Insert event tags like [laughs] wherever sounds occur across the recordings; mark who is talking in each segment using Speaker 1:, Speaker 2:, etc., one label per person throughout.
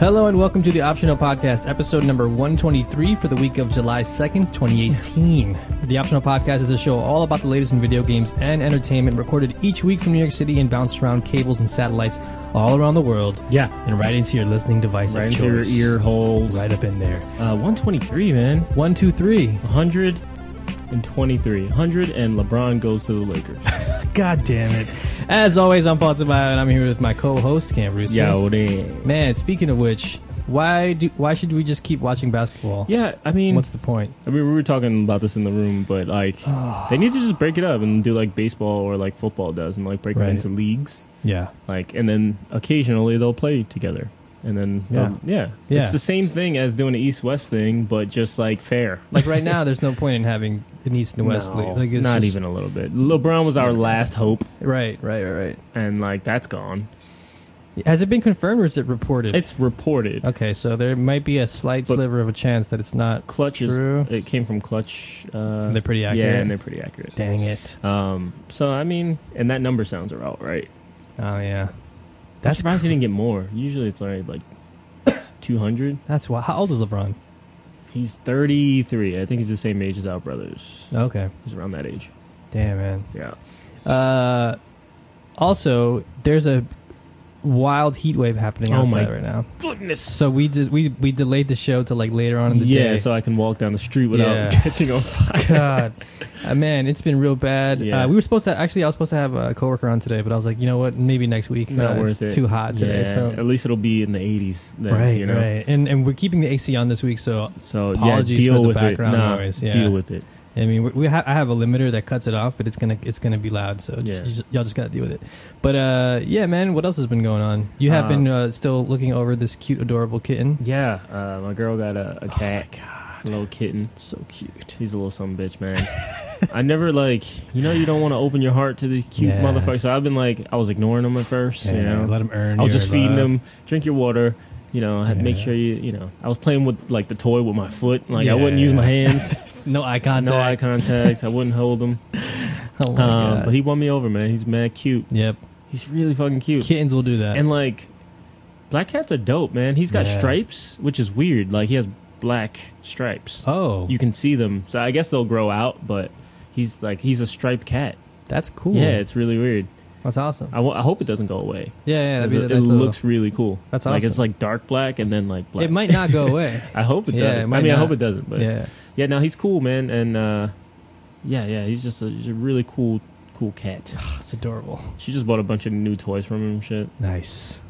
Speaker 1: Hello and welcome to the Optional Podcast, episode number 123 for the week of July 2nd, 2018. the Optional Podcast is a show all about the latest in video games and entertainment, recorded each week from New York City and bounced around cables and satellites all around the world.
Speaker 2: Yeah.
Speaker 1: And right into your listening device
Speaker 2: Right
Speaker 1: of
Speaker 2: into your
Speaker 1: choice.
Speaker 2: ear holes.
Speaker 1: Right up in there.
Speaker 2: Uh, 123, man.
Speaker 1: One, two, three.
Speaker 2: 123. 100 and LeBron goes to the
Speaker 1: [laughs]
Speaker 2: Lakers.
Speaker 1: God damn it. As always, I'm Paul Tobio, and I'm here with my co-host, Cam Rooster.
Speaker 2: damn.
Speaker 1: Man, speaking of which, why do why should we just keep watching basketball?
Speaker 2: Yeah, I mean,
Speaker 1: What's the point?
Speaker 2: I mean, we were talking about this in the room, but
Speaker 1: [sighs]
Speaker 2: like, they need to just break it up and do like baseball or like football does, and like break
Speaker 1: Right.
Speaker 2: it into leagues,
Speaker 1: Yeah.
Speaker 2: like, and then occasionally they'll play together, and then they'll- yeah,
Speaker 1: Yeah.
Speaker 2: it's the same thing as doing the East West thing, but just like fair.
Speaker 1: Like right now, there's no point in having an East and West league.
Speaker 2: No,
Speaker 1: Like it's
Speaker 2: not
Speaker 1: just-
Speaker 2: even a little bit. LeBron was our last hope,
Speaker 1: Right, right, right,
Speaker 2: and like that's gone.
Speaker 1: right. Has it been confirmed or is it reported?
Speaker 2: It's reported.
Speaker 1: okay, so there might be a slight
Speaker 2: But-
Speaker 1: sliver of a chance that it's not.
Speaker 2: Clutch is
Speaker 1: True.
Speaker 2: it came from Clutch. Uh,
Speaker 1: They're pretty accurate.
Speaker 2: Yeah, and they're pretty accurate.
Speaker 1: Dang it!
Speaker 2: Um, so I mean, and that number sounds about right.
Speaker 1: Oh yeah,
Speaker 2: That's
Speaker 1: that's
Speaker 2: surprised he didn't get more. Usually it's like like [coughs] two hundred.
Speaker 1: that's why. How old is LeBron?
Speaker 2: He's thirty three. I think he's the same age as our brothers.
Speaker 1: Okay,
Speaker 2: He's around that age.
Speaker 1: damn man.
Speaker 2: Yeah.
Speaker 1: Uh, also, there's a wild heat wave happening
Speaker 2: Oh,
Speaker 1: outside
Speaker 2: my-
Speaker 1: right now.
Speaker 2: Goodness.
Speaker 1: So we just we we delayed the show to like later on in the
Speaker 2: Yeah,
Speaker 1: day.
Speaker 2: so I can walk down the street without
Speaker 1: Yeah.
Speaker 2: [laughs] catching on fire.
Speaker 1: God, uh, man, it's been real bad.
Speaker 2: Yeah.
Speaker 1: Uh, we were supposed to actually, I was supposed to have a coworker on today, but I was like, you know what? Maybe next week.
Speaker 2: Not
Speaker 1: Uh,
Speaker 2: worth
Speaker 1: it's
Speaker 2: it.
Speaker 1: Too hot today.
Speaker 2: Yeah,
Speaker 1: So
Speaker 2: at least it'll be in the eighties.
Speaker 1: right,
Speaker 2: You know.
Speaker 1: right, and and we're keeping the AC on this week. So
Speaker 2: So
Speaker 1: Apologies
Speaker 2: yeah, deal
Speaker 1: for the
Speaker 2: with
Speaker 1: background
Speaker 2: it. Nah,
Speaker 1: noise, yeah.
Speaker 2: Deal with it.
Speaker 1: I mean, we, we ha- I have a limiter that cuts it off, but it's gonna it's gonna be loud. So just-
Speaker 2: Yeah.
Speaker 1: you just- y'all just gotta deal with it. But uh, yeah, man, what else has been going on? You have
Speaker 2: Uh,
Speaker 1: been uh, still looking over this cute, adorable kitten.
Speaker 2: Yeah, uh, my girl got
Speaker 1: Oh
Speaker 2: a, a cat, little kitten.
Speaker 1: So cute.
Speaker 2: He's a little some bitch, man. I never like, you know, you don't want to open your heart to the cute
Speaker 1: Yeah.
Speaker 2: motherfucker. So I've been like, I was ignoring him at first. you know,
Speaker 1: let him earn.
Speaker 2: I was
Speaker 1: your
Speaker 2: just feeding
Speaker 1: love.
Speaker 2: him, drink your water. You know, I had to make
Speaker 1: Yeah.
Speaker 2: sure you, you know, I was playing with like the toy with my foot. Like I wouldn't
Speaker 1: Yeah.
Speaker 2: use my hands,
Speaker 1: No eye contact.
Speaker 2: no eye contact. I wouldn't hold him.
Speaker 1: [laughs] Oh my
Speaker 2: Um,
Speaker 1: God.
Speaker 2: but he won me over, man. He's mad cute.
Speaker 1: yep.
Speaker 2: He's really fucking cute.
Speaker 1: Kittens will do that.
Speaker 2: And like, black cats are dope, man. He's got
Speaker 1: Yeah.
Speaker 2: stripes, which is weird. Like he has black stripes.
Speaker 1: oh,
Speaker 2: you can see them. So I guess they'll grow out, but he's like he's a striped cat.
Speaker 1: that's cool.
Speaker 2: Yeah, it's really weird.
Speaker 1: That's awesome.
Speaker 2: I, w- I hope it doesn't go away.
Speaker 1: Yeah, yeah, that'd be,
Speaker 2: it
Speaker 1: that's a little-
Speaker 2: looks really cool.
Speaker 1: That's
Speaker 2: Like it's
Speaker 1: awesome.
Speaker 2: like dark black and then like black.
Speaker 1: It might not go away.
Speaker 2: [laughs] I hope it does.
Speaker 1: Yeah, it
Speaker 2: I
Speaker 1: might
Speaker 2: mean, I
Speaker 1: not.
Speaker 2: hope it doesn't. But yeah,
Speaker 1: yeah,
Speaker 2: no, he's cool, man, and uh, yeah, yeah, he's just a, he's a really cool, cool
Speaker 1: [laughs]
Speaker 2: cat.
Speaker 1: it's adorable.
Speaker 2: She just bought a bunch of new toys from him and shit.
Speaker 1: Nice.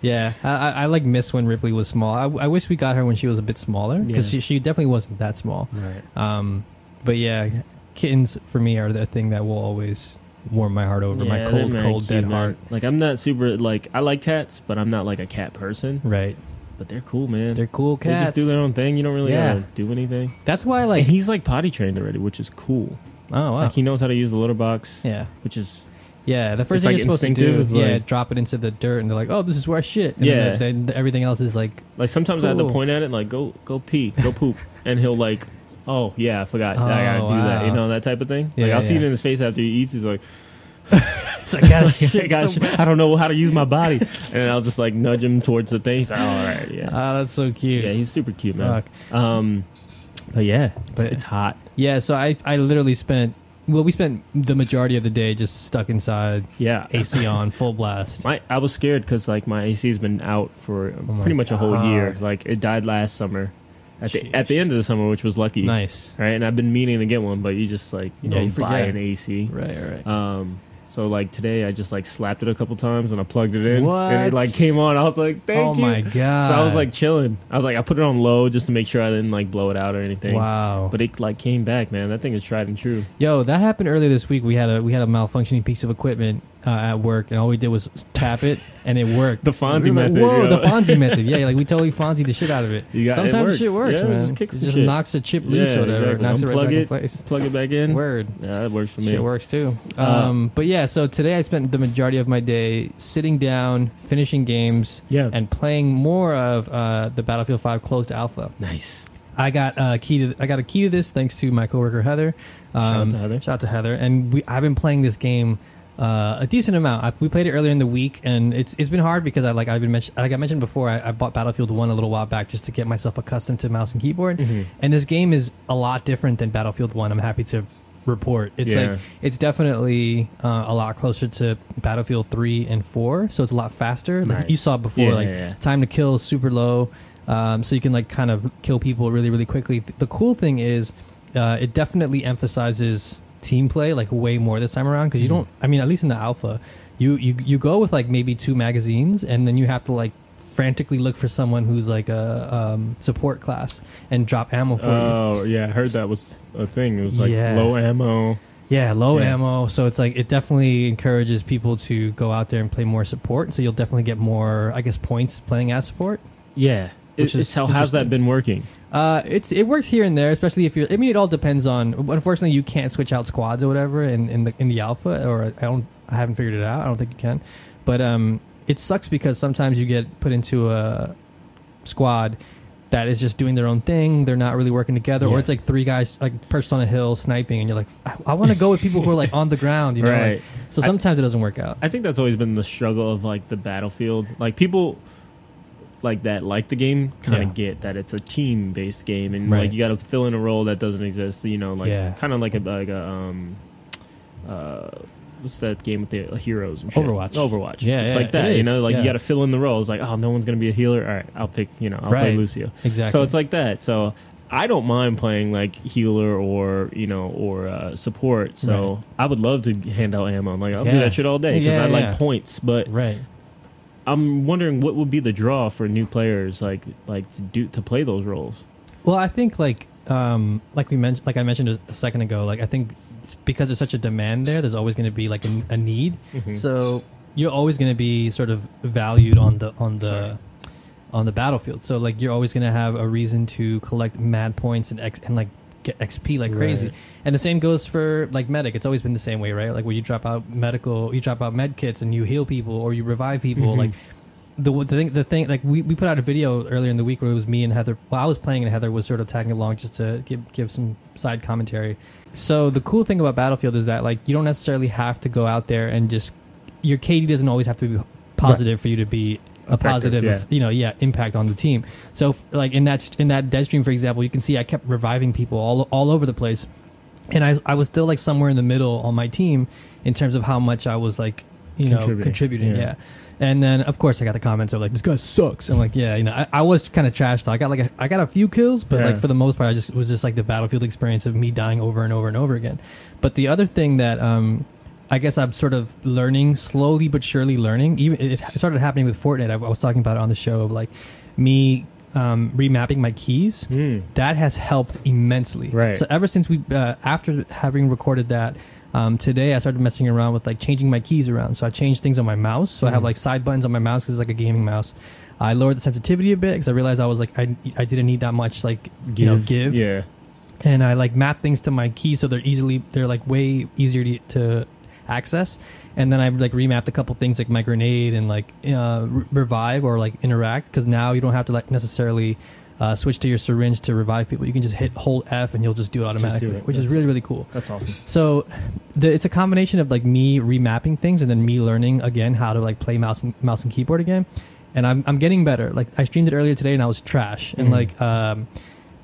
Speaker 1: yeah, I, I, I like miss when Ripley was small. I, I wish we got her when she was a bit smaller because
Speaker 2: Yeah.
Speaker 1: she, she definitely wasn't that small.
Speaker 2: Right.
Speaker 1: Um, but yeah, kittens for me are the thing that will always warm my heart over my cold, cold, dead heart.
Speaker 2: Like I'm not super like I like cats, but I'm not like a cat person.
Speaker 1: Right,
Speaker 2: But they're cool, man.
Speaker 1: they're cool
Speaker 2: They
Speaker 1: cats.
Speaker 2: just do their own thing. You don't really
Speaker 1: Yeah.
Speaker 2: gotta do anything.
Speaker 1: That's why,
Speaker 2: Like
Speaker 1: like,
Speaker 2: he's like potty trained already, which is cool.
Speaker 1: oh wow,
Speaker 2: Like he knows how to use the litter box,
Speaker 1: yeah.
Speaker 2: which is
Speaker 1: Yeah, the first
Speaker 2: It's,
Speaker 1: thing
Speaker 2: like,
Speaker 1: you're supposed to do
Speaker 2: instinctive,
Speaker 1: is
Speaker 2: it's
Speaker 1: yeah,
Speaker 2: like-
Speaker 1: drop it into the dirt, and they're like, "Oh, this is where I shit." And
Speaker 2: Yeah.
Speaker 1: then, then everything else is like,
Speaker 2: like sometimes I have to
Speaker 1: Cool.
Speaker 2: point at it, like go go pee, go
Speaker 1: [laughs]
Speaker 2: poop, and he'll like, oh yeah, I forgot, I gotta do
Speaker 1: Oh,
Speaker 2: that, you
Speaker 1: wow.
Speaker 2: know that type of thing.
Speaker 1: Yeah,
Speaker 2: like I'll see it
Speaker 1: yeah.
Speaker 2: in his face after he eats.
Speaker 1: [laughs]
Speaker 2: He's like,
Speaker 1: it's like "God, [laughs]
Speaker 2: I,
Speaker 1: shit,
Speaker 2: gotta
Speaker 1: so
Speaker 2: shit. I don't know how to use
Speaker 1: [laughs]
Speaker 2: my body, and I'll just like nudge him towards the thing. He's like, all right,
Speaker 1: bad."
Speaker 2: yeah,
Speaker 1: Ah, that's so cute.
Speaker 2: yeah, he's super cute, man.
Speaker 1: Fuck.
Speaker 2: Um, but yeah,
Speaker 1: But-
Speaker 2: it's hot.
Speaker 1: Yeah, so I, I literally spent well, we spent the majority of the day just stuck
Speaker 2: [laughs]
Speaker 1: inside,
Speaker 2: Yeah,
Speaker 1: AC on, full blast.
Speaker 2: My, I was scared because like my AC has been out for
Speaker 1: Oh my
Speaker 2: pretty much a whole year.
Speaker 1: God.
Speaker 2: Like it died last summer, at the,
Speaker 1: Sheesh.
Speaker 2: at the end of the summer, which was lucky.
Speaker 1: Nice,
Speaker 2: Right, and I've been meaning to get one, but you just like you
Speaker 1: Yeah,
Speaker 2: know
Speaker 1: you
Speaker 2: buy
Speaker 1: forget.
Speaker 2: an AC.
Speaker 1: right, right.
Speaker 2: Um, so like today, I just like slapped it a couple times and I plugged it in, and
Speaker 1: What?
Speaker 2: it like came on. I was like, thank
Speaker 1: oh
Speaker 2: you.
Speaker 1: my god!
Speaker 2: So I was like chilling. I was like, I put it on low just to make sure I didn't like blow it out or anything.
Speaker 1: wow.
Speaker 2: But it like came back, man. That thing is tried and true.
Speaker 1: Yo, that happened earlier this week. We had a we had a malfunctioning piece of equipment uh, at work, and all we did was tap it, and it worked.
Speaker 2: [laughs] The Fonzie
Speaker 1: We were like,
Speaker 2: method,
Speaker 1: Whoa,
Speaker 2: yo.
Speaker 1: the
Speaker 2: [laughs]
Speaker 1: Fonzie method. Yeah, like we totally Fonzie the shit out of it.
Speaker 2: You got- it
Speaker 1: Sometimes
Speaker 2: works.
Speaker 1: shit works,
Speaker 2: Yeah, it
Speaker 1: man.
Speaker 2: just kicks the
Speaker 1: just
Speaker 2: shit.
Speaker 1: knocks a chip loose
Speaker 2: Yeah,
Speaker 1: or whatever.
Speaker 2: exactly.
Speaker 1: Knocks it right
Speaker 2: Unplug
Speaker 1: back in
Speaker 2: it.
Speaker 1: place.
Speaker 2: Plug it back in.
Speaker 1: Word.
Speaker 2: Yeah, that works for me.
Speaker 1: Shit works too.
Speaker 2: Uh,
Speaker 1: um, but yeah, so today I spent the majority of my day sitting down, finishing games,
Speaker 2: Yeah.
Speaker 1: and playing more of uh, the Battlefield 5 closed alpha.
Speaker 2: nice.
Speaker 1: I got a key to I got a key to this thanks to my coworker Heather. Um,
Speaker 2: Shout out to Heather.
Speaker 1: Shout out to Heather. And we, I've been playing this game uh, a decent amount. I, we played it earlier in the week, and it's it's been hard because I like I've been mentioned like I mentioned before. I, I bought Battlefield One a little while back just to get myself accustomed to mouse and keyboard,
Speaker 2: Mm-hmm.
Speaker 1: and this game is a lot different than Battlefield One. I'm happy to report it's
Speaker 2: Yeah.
Speaker 1: like it's definitely uh, a lot closer to Battlefield Three and Four, so it's a lot faster. Like
Speaker 2: Nice.
Speaker 1: you saw before,
Speaker 2: Yeah,
Speaker 1: like
Speaker 2: yeah, yeah.
Speaker 1: time to kill is super low, um, so you can like kind of kill people really really quickly. Th- The cool thing is, uh, it definitely emphasizes team play like way more this time around because
Speaker 2: Mm-hmm.
Speaker 1: you don't. I mean, at least in the alpha, you you you go with like maybe two magazines and then you have to like frantically look for someone who's like a um, support class and drop ammo for you.
Speaker 2: Oh yeah, I heard that was a thing. It was like
Speaker 1: Yeah.
Speaker 2: low ammo.
Speaker 1: Yeah, low
Speaker 2: Yeah.
Speaker 1: ammo. So it's like it definitely encourages people to go out there and play more support. So you'll definitely get more, I guess, points playing as support.
Speaker 2: Yeah,
Speaker 1: Which
Speaker 2: which
Speaker 1: is
Speaker 2: is how how's
Speaker 1: interesting.
Speaker 2: that been working?
Speaker 1: Uh, it's it works here and there, especially if you're. I mean, it all depends on. Unfortunately, you can't switch out squads or whatever in, in the in the alpha, or I don't. I haven't figured it out. I don't think you can. But um, it sucks because sometimes you get put into a squad that is just doing their own thing. They're not really working together, or
Speaker 2: Yeah.
Speaker 1: it's like three guys like perched on a hill sniping, and you're like, I, I want to go with people who are like on the ground, you know. like-
Speaker 2: Right.
Speaker 1: so
Speaker 2: I-
Speaker 1: sometimes it doesn't work out.
Speaker 2: I think that's always been the struggle of like the battlefield. Like people like that like the game kind of
Speaker 1: Yeah.
Speaker 2: get that it's a team based game and
Speaker 1: Right.
Speaker 2: like you got to fill in a role that doesn't exist. You know, like
Speaker 1: Yeah.
Speaker 2: kind of like a like a um uh. What's that game with the uh, heroes? And shit?
Speaker 1: Overwatch.
Speaker 2: Overwatch.
Speaker 1: Yeah,
Speaker 2: it's
Speaker 1: yeah,
Speaker 2: like that.
Speaker 1: it
Speaker 2: you
Speaker 1: is,
Speaker 2: know, like
Speaker 1: yeah.
Speaker 2: you got to fill in the roles. Like, oh, no one's gonna be a healer. All right, I'll pick. You know, I'll play
Speaker 1: Right.
Speaker 2: Lucio.
Speaker 1: Exactly.
Speaker 2: So it's like that. So I don't mind playing like healer or you know or uh, support. So
Speaker 1: Right.
Speaker 2: I would love to hand out ammo. Like I'll
Speaker 1: Yeah.
Speaker 2: do that shit all day because
Speaker 1: Yeah,
Speaker 2: I like
Speaker 1: yeah.
Speaker 2: points. But
Speaker 1: right.
Speaker 2: I'm wondering what would be the draw for new players like like to do to play those roles.
Speaker 1: Well, I think like um like we mentioned like I mentioned a, a second ago, like I think it's because there's such a demand there, there's always going to be like a, a need.
Speaker 2: Mm-hmm.
Speaker 1: So you're always going to be sort of valued on the on the
Speaker 2: Sorry.
Speaker 1: on the battlefield. So like you're always going to have a reason to collect mad points and X, and like get XP like crazy.
Speaker 2: Right.
Speaker 1: And the same goes for like medic. It's always been the same way, right? Like where you drop out medical, you drop out med kits and you heal people or you revive people
Speaker 2: Mhm.
Speaker 1: like the, the thing, the thing, like we, we put out a video earlier in the week where it was me and Heather. Well, I was playing and Heather was sort of tagging along just to give give some side commentary. So the cool thing about Battlefield is that like you don't necessarily have to go out there and just your KD doesn't always have to be positive for you to be a
Speaker 2: Effective,
Speaker 1: positive,
Speaker 2: yeah.
Speaker 1: you know, yeah, impact on the team. So f- like in that in that dead stream, for example, you can see I kept reviving people all all over the place and I, I was still like somewhere in the middle on my team in terms of how much I was like you know contributing,
Speaker 2: Contributing.
Speaker 1: yeah.
Speaker 2: Yeah.
Speaker 1: And then of course I got the comments of like this guy sucks. I'm like yeah, you know I, I was kind of trash. Talk. I got like a, I got a few kills, but
Speaker 2: Yeah.
Speaker 1: like for the most part I just it was just like the battlefield experience of me dying over and over and over again. But the other thing that um I guess I'm sort of learning slowly but surely learning. Even it it started happening with Fortnite. I, I was talking about it on the show of like me um, remapping my keys
Speaker 2: Hmm.
Speaker 1: that has helped immensely.
Speaker 2: Right.
Speaker 1: So ever since we, uh, after having recorded that, um, today I started messing around with like changing my keys around. So I changed things on my mouse. So I have
Speaker 2: Mhm.
Speaker 1: like side buttons on my mouse because it's like a gaming mouse. I lowered the sensitivity a bit because I realized I was like I, I didn't need that much like you know give
Speaker 2: Yeah.
Speaker 1: and I like map things to my keys so they're easily they're like way easier to, to access. And then I like remapped a couple things like my grenade and like uh, re- revive or like interact because now you don't have to like necessarily uh, switch to your syringe to revive people. You can just hit hold F and you'll just do it automatically,
Speaker 2: it.
Speaker 1: which is
Speaker 2: That's-
Speaker 1: really really cool.
Speaker 2: That's awesome.
Speaker 1: So the, it's a combination of like me remapping things and then me learning again how to like play mouse and mouse and keyboard again. And I'm I'm getting better. Like I streamed it earlier today and I was trash and
Speaker 2: Mhm.
Speaker 1: like um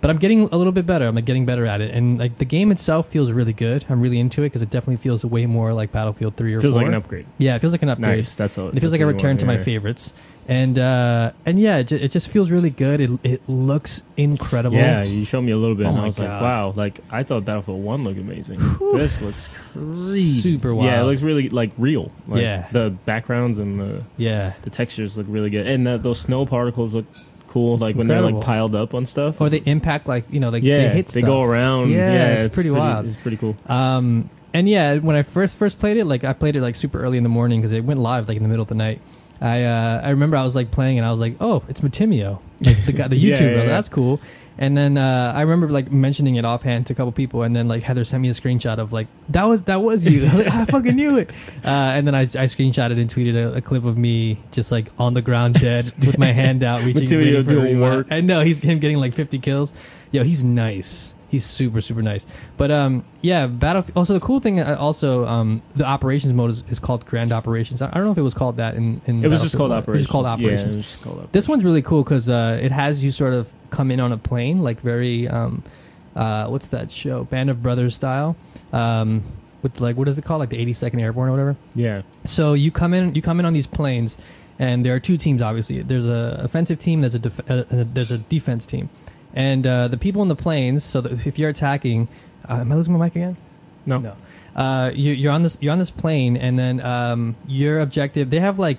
Speaker 1: but I'm getting a little bit better. I'm like getting better at it, and like the game itself feels really good. I'm really into it because it definitely feels way more like Battlefield Three or
Speaker 2: Feels
Speaker 1: four.
Speaker 2: like an upgrade.
Speaker 1: yeah, it feels like an upgrade.
Speaker 2: Nice. That's all.
Speaker 1: And it feels
Speaker 2: that's
Speaker 1: like a
Speaker 2: what you
Speaker 1: return
Speaker 2: want,
Speaker 1: to my
Speaker 2: yeah.
Speaker 1: favorites, and uh, and yeah, it, ju- it just feels really good. It it looks incredible.
Speaker 2: Yeah, you showed me a little bit,
Speaker 1: Oh
Speaker 2: and
Speaker 1: my
Speaker 2: I was
Speaker 1: God.
Speaker 2: like, "Wow!" Like I thought Battlefield One looked amazing. this looks crazy.
Speaker 1: Super
Speaker 2: Yeah, it
Speaker 1: wild.
Speaker 2: looks really like real. Like,
Speaker 1: Yeah.
Speaker 2: the backgrounds and the
Speaker 1: yeah.
Speaker 2: the textures look really good, and that, those snow particles look cool. like when they're
Speaker 1: incredible.
Speaker 2: like piled up on stuff,
Speaker 1: Or they impact like you know like
Speaker 2: yeah,
Speaker 1: they hit stuff.
Speaker 2: go around.
Speaker 1: Yeah,
Speaker 2: Yeah,
Speaker 1: it's pretty wild.
Speaker 2: It's pretty cool.
Speaker 1: Um, and yeah, when I first first played it, like I played it like super early in the morning because it went live like in the middle of the night. I uh, I remember I was like playing and I was like, oh, it's Matimio, like the guy, the
Speaker 2: [laughs]
Speaker 1: YouTuber. I
Speaker 2: Yeah,
Speaker 1: was
Speaker 2: yeah,
Speaker 1: like,
Speaker 2: yeah.
Speaker 1: That's cool. And then uh, I remember like mentioning it offhand to a couple people, and then like Heather sent me a screenshot of like that was that was you. [laughs] I, was like, "Ah, I fucking knew it. Uh, and then I, I screenshotted and tweeted a, a clip of me just like on the ground
Speaker 2: [laughs]
Speaker 1: dead with my hand out reaching.
Speaker 2: Matimio
Speaker 1: ready for a
Speaker 2: doing
Speaker 1: revive.
Speaker 2: work.
Speaker 1: I know he's him getting like 50 kills. Yo, he's nice. He's super super nice. But um, yeah, Battlefield. Also, the cool thing uh, also um, the operations mode is, is called Grand Operations. I I don't know if it was called that in. in
Speaker 2: It was
Speaker 1: Battlefield
Speaker 2: just called
Speaker 1: one. It was
Speaker 2: operations.
Speaker 1: just called
Speaker 2: Yeah,
Speaker 1: operations.
Speaker 2: it was just called operations.
Speaker 1: This one's really cool because uh, it has you sort of come in on a plane, like very um, uh, what's that show, Band of Brothers style, um, with like what is it called, like the 82nd Airborne or whatever.
Speaker 2: Yeah.
Speaker 1: So you come in, you come in on these planes, and there are two teams. Obviously, there's a offensive team, there's a def- uh, uh, there's a defense team, and uh, the people in the planes. So that if you're attacking, uh, am I losing my mic again?
Speaker 2: No.
Speaker 1: No. Uh, you, you're on this. You're on this plane, and then um, your objective. They have like,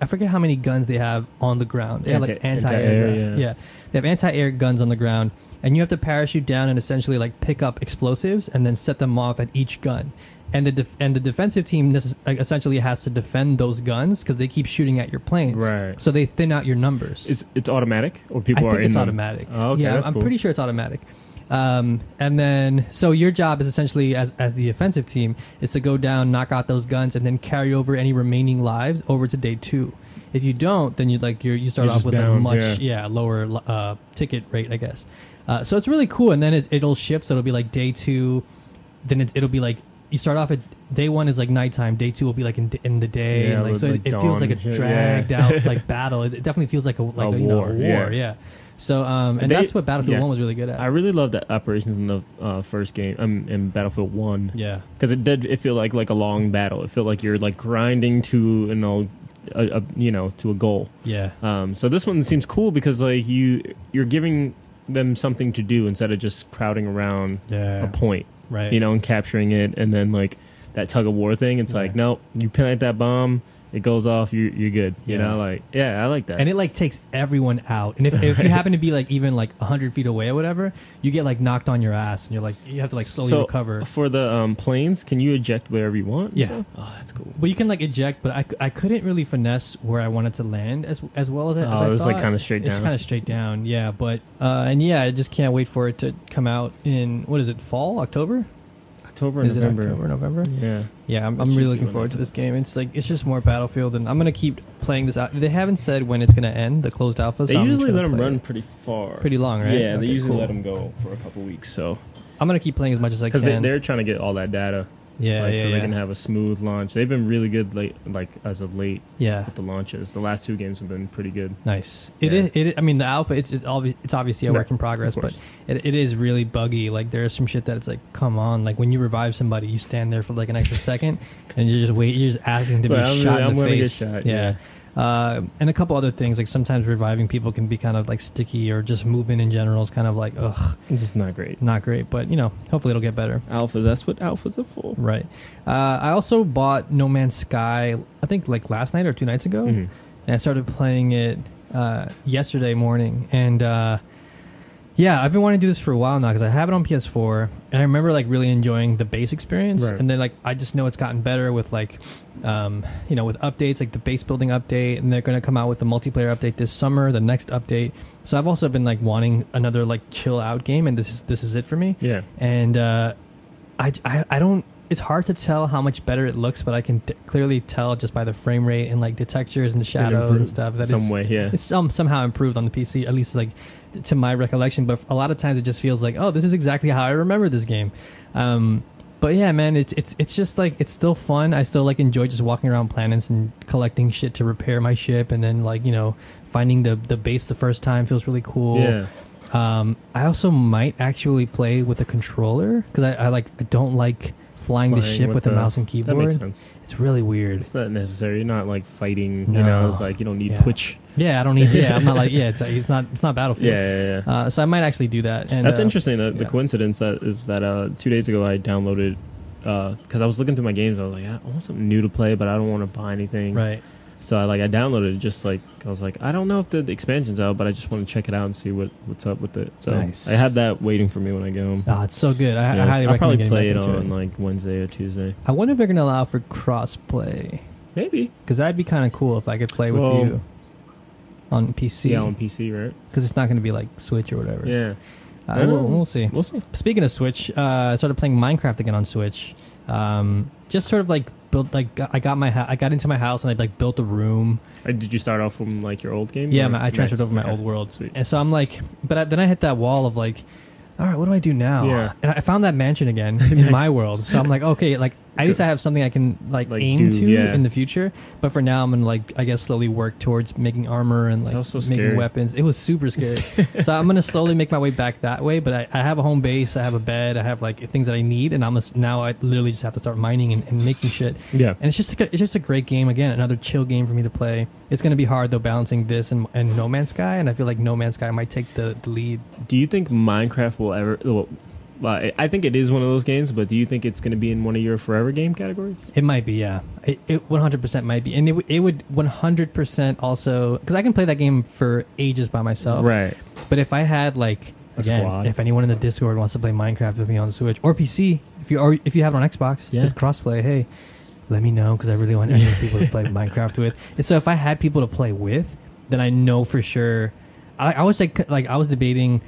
Speaker 1: I forget how many guns they have on the ground. They have like
Speaker 2: Anti-
Speaker 1: anti
Speaker 2: anti-air,
Speaker 1: air.
Speaker 2: yeah.
Speaker 1: they have anti air guns on the ground, and you have to parachute down and essentially like pick up explosives and then set them off at each gun. And the def- and the defensive team necess- like, essentially has to defend those guns because they keep shooting at your planes.
Speaker 2: Right.
Speaker 1: So they thin out your numbers.
Speaker 2: It's it's automatic or people
Speaker 1: I
Speaker 2: are
Speaker 1: think
Speaker 2: in
Speaker 1: it's
Speaker 2: them?
Speaker 1: automatic.
Speaker 2: Oh, okay,
Speaker 1: yeah,
Speaker 2: that's
Speaker 1: I'm
Speaker 2: cool.
Speaker 1: pretty sure it's automatic. Um, and then, so your job is essentially as as the offensive team is to go down, knock out those guns, and then carry over any remaining lives over to day two. If you don't, then you like you're, you start
Speaker 2: You're
Speaker 1: off
Speaker 2: just
Speaker 1: with a
Speaker 2: down,
Speaker 1: much
Speaker 2: yeah.
Speaker 1: yeah lower uh, ticket rate, I guess. Uh, so it's really cool, and then it, it'll shift. So it'll be like day two, then it, it'll be like you start off at day one is like nighttime, day two will be like in, in the day,
Speaker 2: Yeah,
Speaker 1: and like
Speaker 2: with,
Speaker 1: so it,
Speaker 2: like,
Speaker 1: it
Speaker 2: dawn
Speaker 1: feels like a
Speaker 2: and shit, yeah.
Speaker 1: dragged
Speaker 2: [laughs]
Speaker 1: out like battle. It definitely feels like a like a,
Speaker 2: A
Speaker 1: you know,
Speaker 2: war,
Speaker 1: a
Speaker 2: yeah.
Speaker 1: war, yeah. So, um, and
Speaker 2: They-
Speaker 1: that's what Battlefield
Speaker 2: yeah.
Speaker 1: One was really good at.
Speaker 2: I really love that operations in the uh, first game um, in Battlefield One
Speaker 1: yeah,
Speaker 2: because it did it feel like like a long battle. It felt like you're like grinding to you know a, a you know to a goal.
Speaker 1: yeah,
Speaker 2: Um, so this one seems cool because like you you're giving them something to do instead of just crowding around
Speaker 1: yeah.
Speaker 2: a point,
Speaker 1: Right.
Speaker 2: you know, and capturing it, and then like that tug of war thing. It's
Speaker 1: Yeah.
Speaker 2: like nope, you plant that bomb, it goes off, you you're good. You
Speaker 1: Yeah.
Speaker 2: know, like yeah, I like that.
Speaker 1: and it like takes everyone out. And if,
Speaker 2: [laughs]
Speaker 1: if you happen to be like even like hundred feet away or whatever, you get like knocked on your ass, and you're like you have to like slowly
Speaker 2: So,
Speaker 1: recover.
Speaker 2: for the um, planes, can you eject wherever you want? and
Speaker 1: Yeah.
Speaker 2: stuff? Oh, that's cool.
Speaker 1: But you can like eject, but I, c- I couldn't really finesse where I wanted to land as as well as, I- as
Speaker 2: Oh,
Speaker 1: I
Speaker 2: it was, like,
Speaker 1: thought.
Speaker 2: kinda straight
Speaker 1: It's
Speaker 2: down.
Speaker 1: kind of straight down, yeah. But uh, and yeah, I just can't wait for it to come out in what is it? Fall, October?
Speaker 2: October,
Speaker 1: Is
Speaker 2: November.
Speaker 1: it October, November?
Speaker 2: Yeah.
Speaker 1: Yeah, I'm,
Speaker 2: Let's
Speaker 1: I'm
Speaker 2: just
Speaker 1: really
Speaker 2: see
Speaker 1: looking
Speaker 2: what
Speaker 1: forward to
Speaker 2: happens.
Speaker 1: this game. It's like it's just more Battlefield, and I'm gonna keep playing this out. They haven't said when it's gonna end, the closed alpha.
Speaker 2: They
Speaker 1: so I'm just
Speaker 2: usually let
Speaker 1: gonna
Speaker 2: them
Speaker 1: play
Speaker 2: run
Speaker 1: it.
Speaker 2: pretty far.
Speaker 1: pretty long, right?
Speaker 2: Yeah,
Speaker 1: Okay,
Speaker 2: they usually
Speaker 1: cool.
Speaker 2: let them go for a couple weeks. So
Speaker 1: I'm gonna keep playing as much as I
Speaker 2: because
Speaker 1: can.
Speaker 2: they, are trying to get all that data,
Speaker 1: yeah,
Speaker 2: like,
Speaker 1: yeah,
Speaker 2: so
Speaker 1: yeah.
Speaker 2: they can have a smooth launch. They've been really good, late, like as of late,
Speaker 1: yeah.
Speaker 2: with the launches. The last two games have been pretty good.
Speaker 1: Nice. It
Speaker 2: Yeah.
Speaker 1: is. It. is- I mean, the alpha. It's it's, obvi- it's obviously a
Speaker 2: Right,
Speaker 1: work in progress,
Speaker 2: of
Speaker 1: but
Speaker 2: course.
Speaker 1: it, it is really buggy. Like there is some shit that it's like, come on. Like when you revive somebody, you stand there for like an extra second,
Speaker 2: [laughs]
Speaker 1: and you're just wait. You're just asking to be
Speaker 2: But I'm-
Speaker 1: shot
Speaker 2: I'm
Speaker 1: in the
Speaker 2: gonna get
Speaker 1: face.
Speaker 2: shot,
Speaker 1: yeah. Uh, and a couple other things like sometimes reviving people can be kind of like sticky or just movement in general is kind of like ugh
Speaker 2: It's just not great.
Speaker 1: not great but you know hopefully it'll get better
Speaker 2: Alpha. That's what alphas are for.
Speaker 1: right uh, I also bought No Man's Sky I think like last night or two nights ago
Speaker 2: Mhm.
Speaker 1: and I started playing it uh, yesterday morning. And uh, yeah, I've been wanting to do this for a while now because I have it on PS4, and I remember like really enjoying the base experience.
Speaker 2: Right.
Speaker 1: And then like I just know it's gotten better with like, um, you know, with updates like the base building update, and they're going to come out with the multiplayer update this summer, the next update. So I've also been like wanting another like chill out game, and this is this is it for me
Speaker 2: Yeah.
Speaker 1: and uh, I, I I don't. It's hard to tell how much better it looks, but I can t- clearly tell just by the frame rate and like the textures and the shadows and
Speaker 2: improved
Speaker 1: stuff that
Speaker 2: some
Speaker 1: it's,
Speaker 2: way, yeah.
Speaker 1: it's some somehow improved on the PC, at least like to my recollection. But a lot of times it just feels like, oh, this is exactly how I remember this game. Um, but yeah, man, it's it's it's just like it's still fun. I still like enjoy just walking around planets and collecting shit to repair my ship, and then like you know finding the the base the first time feels really cool.
Speaker 2: Yeah.
Speaker 1: Um, I also might actually play with a controller because I, I like I don't like flying, the
Speaker 2: Flying
Speaker 1: ship with, a
Speaker 2: the-
Speaker 1: mouse and
Speaker 2: That makes
Speaker 1: keyboard.
Speaker 2: sense.
Speaker 1: It's really weird.
Speaker 2: It's not necessary. You're not like fighting.
Speaker 1: No.
Speaker 2: You know, it's like you don't need
Speaker 1: Yeah.
Speaker 2: Twitch.
Speaker 1: Yeah, I don't need. Yeah, I'm not like. Yeah,
Speaker 2: [laughs]
Speaker 1: it's it's not it's not Battlefield.
Speaker 2: Yeah, yeah, yeah.
Speaker 1: Uh, so I might actually do that. And,
Speaker 2: That's
Speaker 1: uh,
Speaker 2: interesting. The, the
Speaker 1: yeah.
Speaker 2: coincidence that is that uh, two days ago I downloaded because I was looking through my games. I was like, I want something new to play, but I don't want to buy anything.
Speaker 1: Right.
Speaker 2: So I like I downloaded it just like I was like, I don't know if the expansion's out, but I just want to check it out and see what what's up with it. So
Speaker 1: Nice.
Speaker 2: I had that waiting for me when I get home.
Speaker 1: Ah, it's so good. I, I
Speaker 2: Yeah.
Speaker 1: highly
Speaker 2: I'll
Speaker 1: recommend
Speaker 2: probably
Speaker 1: getting
Speaker 2: play it
Speaker 1: back into
Speaker 2: on like Wednesday or Tuesday,
Speaker 1: I wonder if they're gonna allow for crossplay
Speaker 2: maybe.
Speaker 1: because that'd be kind of cool if I could play with
Speaker 2: Well-
Speaker 1: you on PC
Speaker 2: See yeah, on
Speaker 1: because
Speaker 2: PC, right?
Speaker 1: it's not gonna be like Switch or whatever.
Speaker 2: Yeah,
Speaker 1: Uh, we'll, we'll see.
Speaker 2: we'll see.
Speaker 1: Speaking of Switch, uh, I started playing Minecraft again on Switch. Um, just sort of like built like I got my ha- I got into my house and I like built a room.
Speaker 2: Uh, did you start off from like your old game?
Speaker 1: Yeah,
Speaker 2: or-
Speaker 1: my, I transferred
Speaker 2: Nice.
Speaker 1: over my
Speaker 2: Okay.
Speaker 1: old world,
Speaker 2: Sweet.
Speaker 1: and so I'm like, but I, then I hit that wall of like. all right, what do I do now?
Speaker 2: Yeah.
Speaker 1: And I found that mansion
Speaker 2: [laughs]
Speaker 1: again in my world. So I'm like, okay, like at least I have something I can like,
Speaker 2: Like,
Speaker 1: aim
Speaker 2: do,
Speaker 1: to
Speaker 2: yeah.
Speaker 1: in the future. But for now, I'm gonna like I guess slowly work towards making armor and like
Speaker 2: was so
Speaker 1: making
Speaker 2: scary.
Speaker 1: weapons. It was super scary.
Speaker 2: [laughs]
Speaker 1: so I'm gonna slowly make my way back that way. But I, I have a home base. I have a bed. I have like things that I need. And I'm just, now I literally just have to start mining and, and making shit.
Speaker 2: Yeah.
Speaker 1: And it's just like a, it's just a great game again, another chill game for me to play. It's going to be hard though balancing this and, and No Man's Sky, and I feel like No Man's Sky might take the, the lead.
Speaker 2: Do you think Minecraft will ever? Well, I I think it is one of those games, but do you think it's going to be in one of your forever game categories?
Speaker 1: It might be, yeah. It, it 100% might be, and it, w- it would 100% also because I can play that game for ages by myself.
Speaker 2: Right.
Speaker 1: But if I had like
Speaker 2: A
Speaker 1: again,
Speaker 2: squad.
Speaker 1: if anyone in the Discord wants to play Minecraft with me on Switch or PC, if you are if you have it on Xbox,
Speaker 2: Yeah.
Speaker 1: it's crossplay. Hey, let me know because I really
Speaker 2: [laughs]
Speaker 1: want other people to play Minecraft with. And so if I had people to play with, then I know for sure. I, I was like, like I was debating,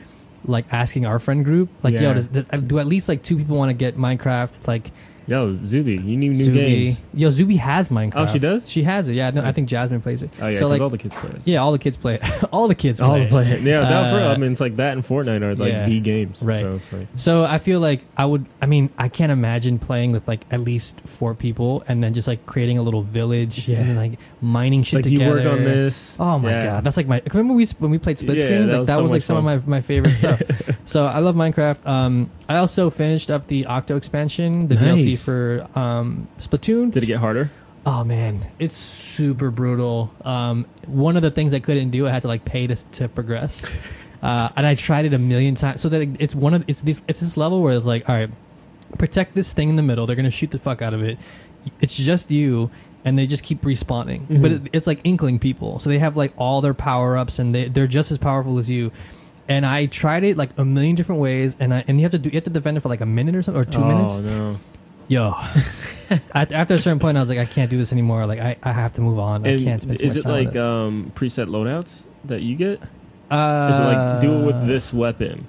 Speaker 1: like asking our friend group, like, yo,
Speaker 2: Yeah.
Speaker 1: does, does, do at least like two people want to get Minecraft? Like,
Speaker 2: Yo, Zuby, you need new
Speaker 1: Zuby-
Speaker 2: games. Oh,
Speaker 1: Yo, Zuby has Minecraft.
Speaker 2: she does?
Speaker 1: She has it. Yeah, no, I
Speaker 2: Nice.
Speaker 1: think Jasmine plays it.
Speaker 2: Oh yeah,
Speaker 1: so
Speaker 2: 'cause
Speaker 1: like,
Speaker 2: all the kids play. This.
Speaker 1: yeah, all the kids play. it. [laughs] all the kids. Play
Speaker 2: all the
Speaker 1: it.
Speaker 2: play. Yeah, that for,
Speaker 1: Uh,
Speaker 2: I mean, it's like that and Fortnite are like
Speaker 1: yeah.
Speaker 2: the games.
Speaker 1: Right.
Speaker 2: So it's like
Speaker 1: So I feel like I would. I mean, I can't imagine playing with like at least four people, and then just like creating a little village
Speaker 2: Yeah.
Speaker 1: and then, like mining
Speaker 2: it's
Speaker 1: shit
Speaker 2: like
Speaker 1: together.
Speaker 2: you work on this.
Speaker 1: Oh my
Speaker 2: Yeah.
Speaker 1: god, that's like my. Remember we when we played split
Speaker 2: Yeah,
Speaker 1: screen?
Speaker 2: that
Speaker 1: Like
Speaker 2: was
Speaker 1: that
Speaker 2: so
Speaker 1: was
Speaker 2: much
Speaker 1: like some
Speaker 2: fun.
Speaker 1: of my my favorite stuff.
Speaker 2: [laughs]
Speaker 1: so I love Minecraft. Um, I also finished up the Octo expansion, the DLC
Speaker 2: Nice.
Speaker 1: for um Splatoon.
Speaker 2: Did it get harder?
Speaker 1: Oh man, it's super brutal. Um, one of the things I couldn't do, I had to like pay to, to [laughs] progress, uh, and I tried it a million times. So that it's one of it's this it's this level where it's like, all right, protect this thing in the middle. They're gonna shoot the fuck out of it. It's just you, and they just keep respawning.
Speaker 2: Mhm.
Speaker 1: But it, it's like inkling people, so they have like all their power ups, and they they're just as powerful as you. And I tried it like a million different ways, and I and you have to do you have to defend it for like a minute or something or two
Speaker 2: oh,
Speaker 1: minutes
Speaker 2: no.
Speaker 1: yo [laughs] At- after a certain point i was like i can't do this anymore like i, I have to move on i can't spend too
Speaker 2: is
Speaker 1: much
Speaker 2: it
Speaker 1: time on
Speaker 2: like
Speaker 1: this.
Speaker 2: um, preset loadouts that you get? Is
Speaker 1: uh,
Speaker 2: it like do it with this weapon?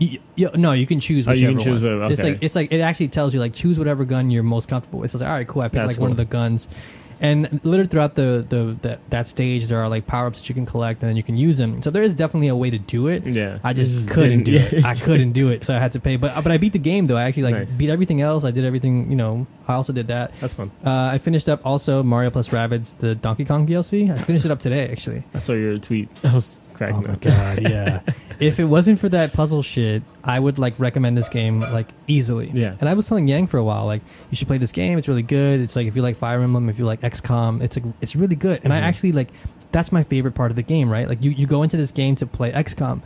Speaker 1: y- yo, no you can choose
Speaker 2: Oh,
Speaker 1: whichever
Speaker 2: you can choose
Speaker 1: one.
Speaker 2: whatever. Okay.
Speaker 1: it's like it's like it actually tells you like choose whatever gun you're most comfortable with so it's like all right cool i picked
Speaker 2: That's
Speaker 1: like one
Speaker 2: cool.
Speaker 1: of the guns and literally throughout the, the, the that stage there are like power-ups that you can collect and then you can use them so there is definitely a way to do it
Speaker 2: yeah.
Speaker 1: I just,
Speaker 2: Just
Speaker 1: couldn't
Speaker 2: didn't-
Speaker 1: do it.
Speaker 2: [laughs]
Speaker 1: I couldn't do it, so I had to pay. But but I beat the game though. I actually like
Speaker 2: Nice.
Speaker 1: beat everything else. I did everything. You know, I also did that.
Speaker 2: That's fun.
Speaker 1: Uh, I finished up also Mario plus Rabbids, the Donkey Kong DLC. I finished it up today, actually.
Speaker 2: I saw
Speaker 1: [laughs]
Speaker 2: your tweet. I was cracking [laughs] up.
Speaker 1: Oh god, yeah. [laughs] if it wasn't for that puzzle shit, I would like recommend this game like easily.
Speaker 2: Yeah.
Speaker 1: And I was telling Yang for a while, like you should play this game. It's really good. It's like if you like Fire Emblem, if you like XCOM, it's like it's really good. And
Speaker 2: Mhm.
Speaker 1: I actually like that's my favorite part of the game, right? Like you you go into this game to play XCOM.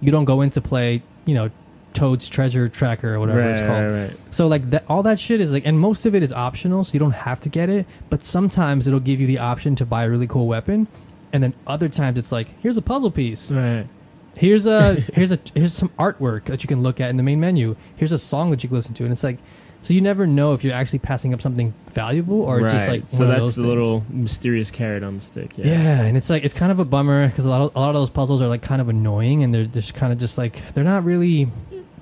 Speaker 1: You don't go in to play you know Toad's Treasure Tracker or whatever
Speaker 2: right,
Speaker 1: it's called.
Speaker 2: right, right.
Speaker 1: So like that, all that shit is like, and most of it is optional, so you don't have to get it. But sometimes it'll give you the option to buy a really cool weapon, and then other times it's like, here's a puzzle piece,
Speaker 2: Right.
Speaker 1: here's
Speaker 2: [laughs]
Speaker 1: a here's a here's some artwork that you can look at in the main menu, here's a song that you can listen to, and it's like, so you never know if you're actually passing up something valuable or it's just
Speaker 2: Right.
Speaker 1: like
Speaker 2: so
Speaker 1: one of
Speaker 2: that's
Speaker 1: those
Speaker 2: the
Speaker 1: things.
Speaker 2: little mysterious carrot on the stick.
Speaker 1: Yeah. and it's like it's kind of a bummer because a lot of, a lot of those puzzles are like kind of annoying, and they're just kind of just like they're not really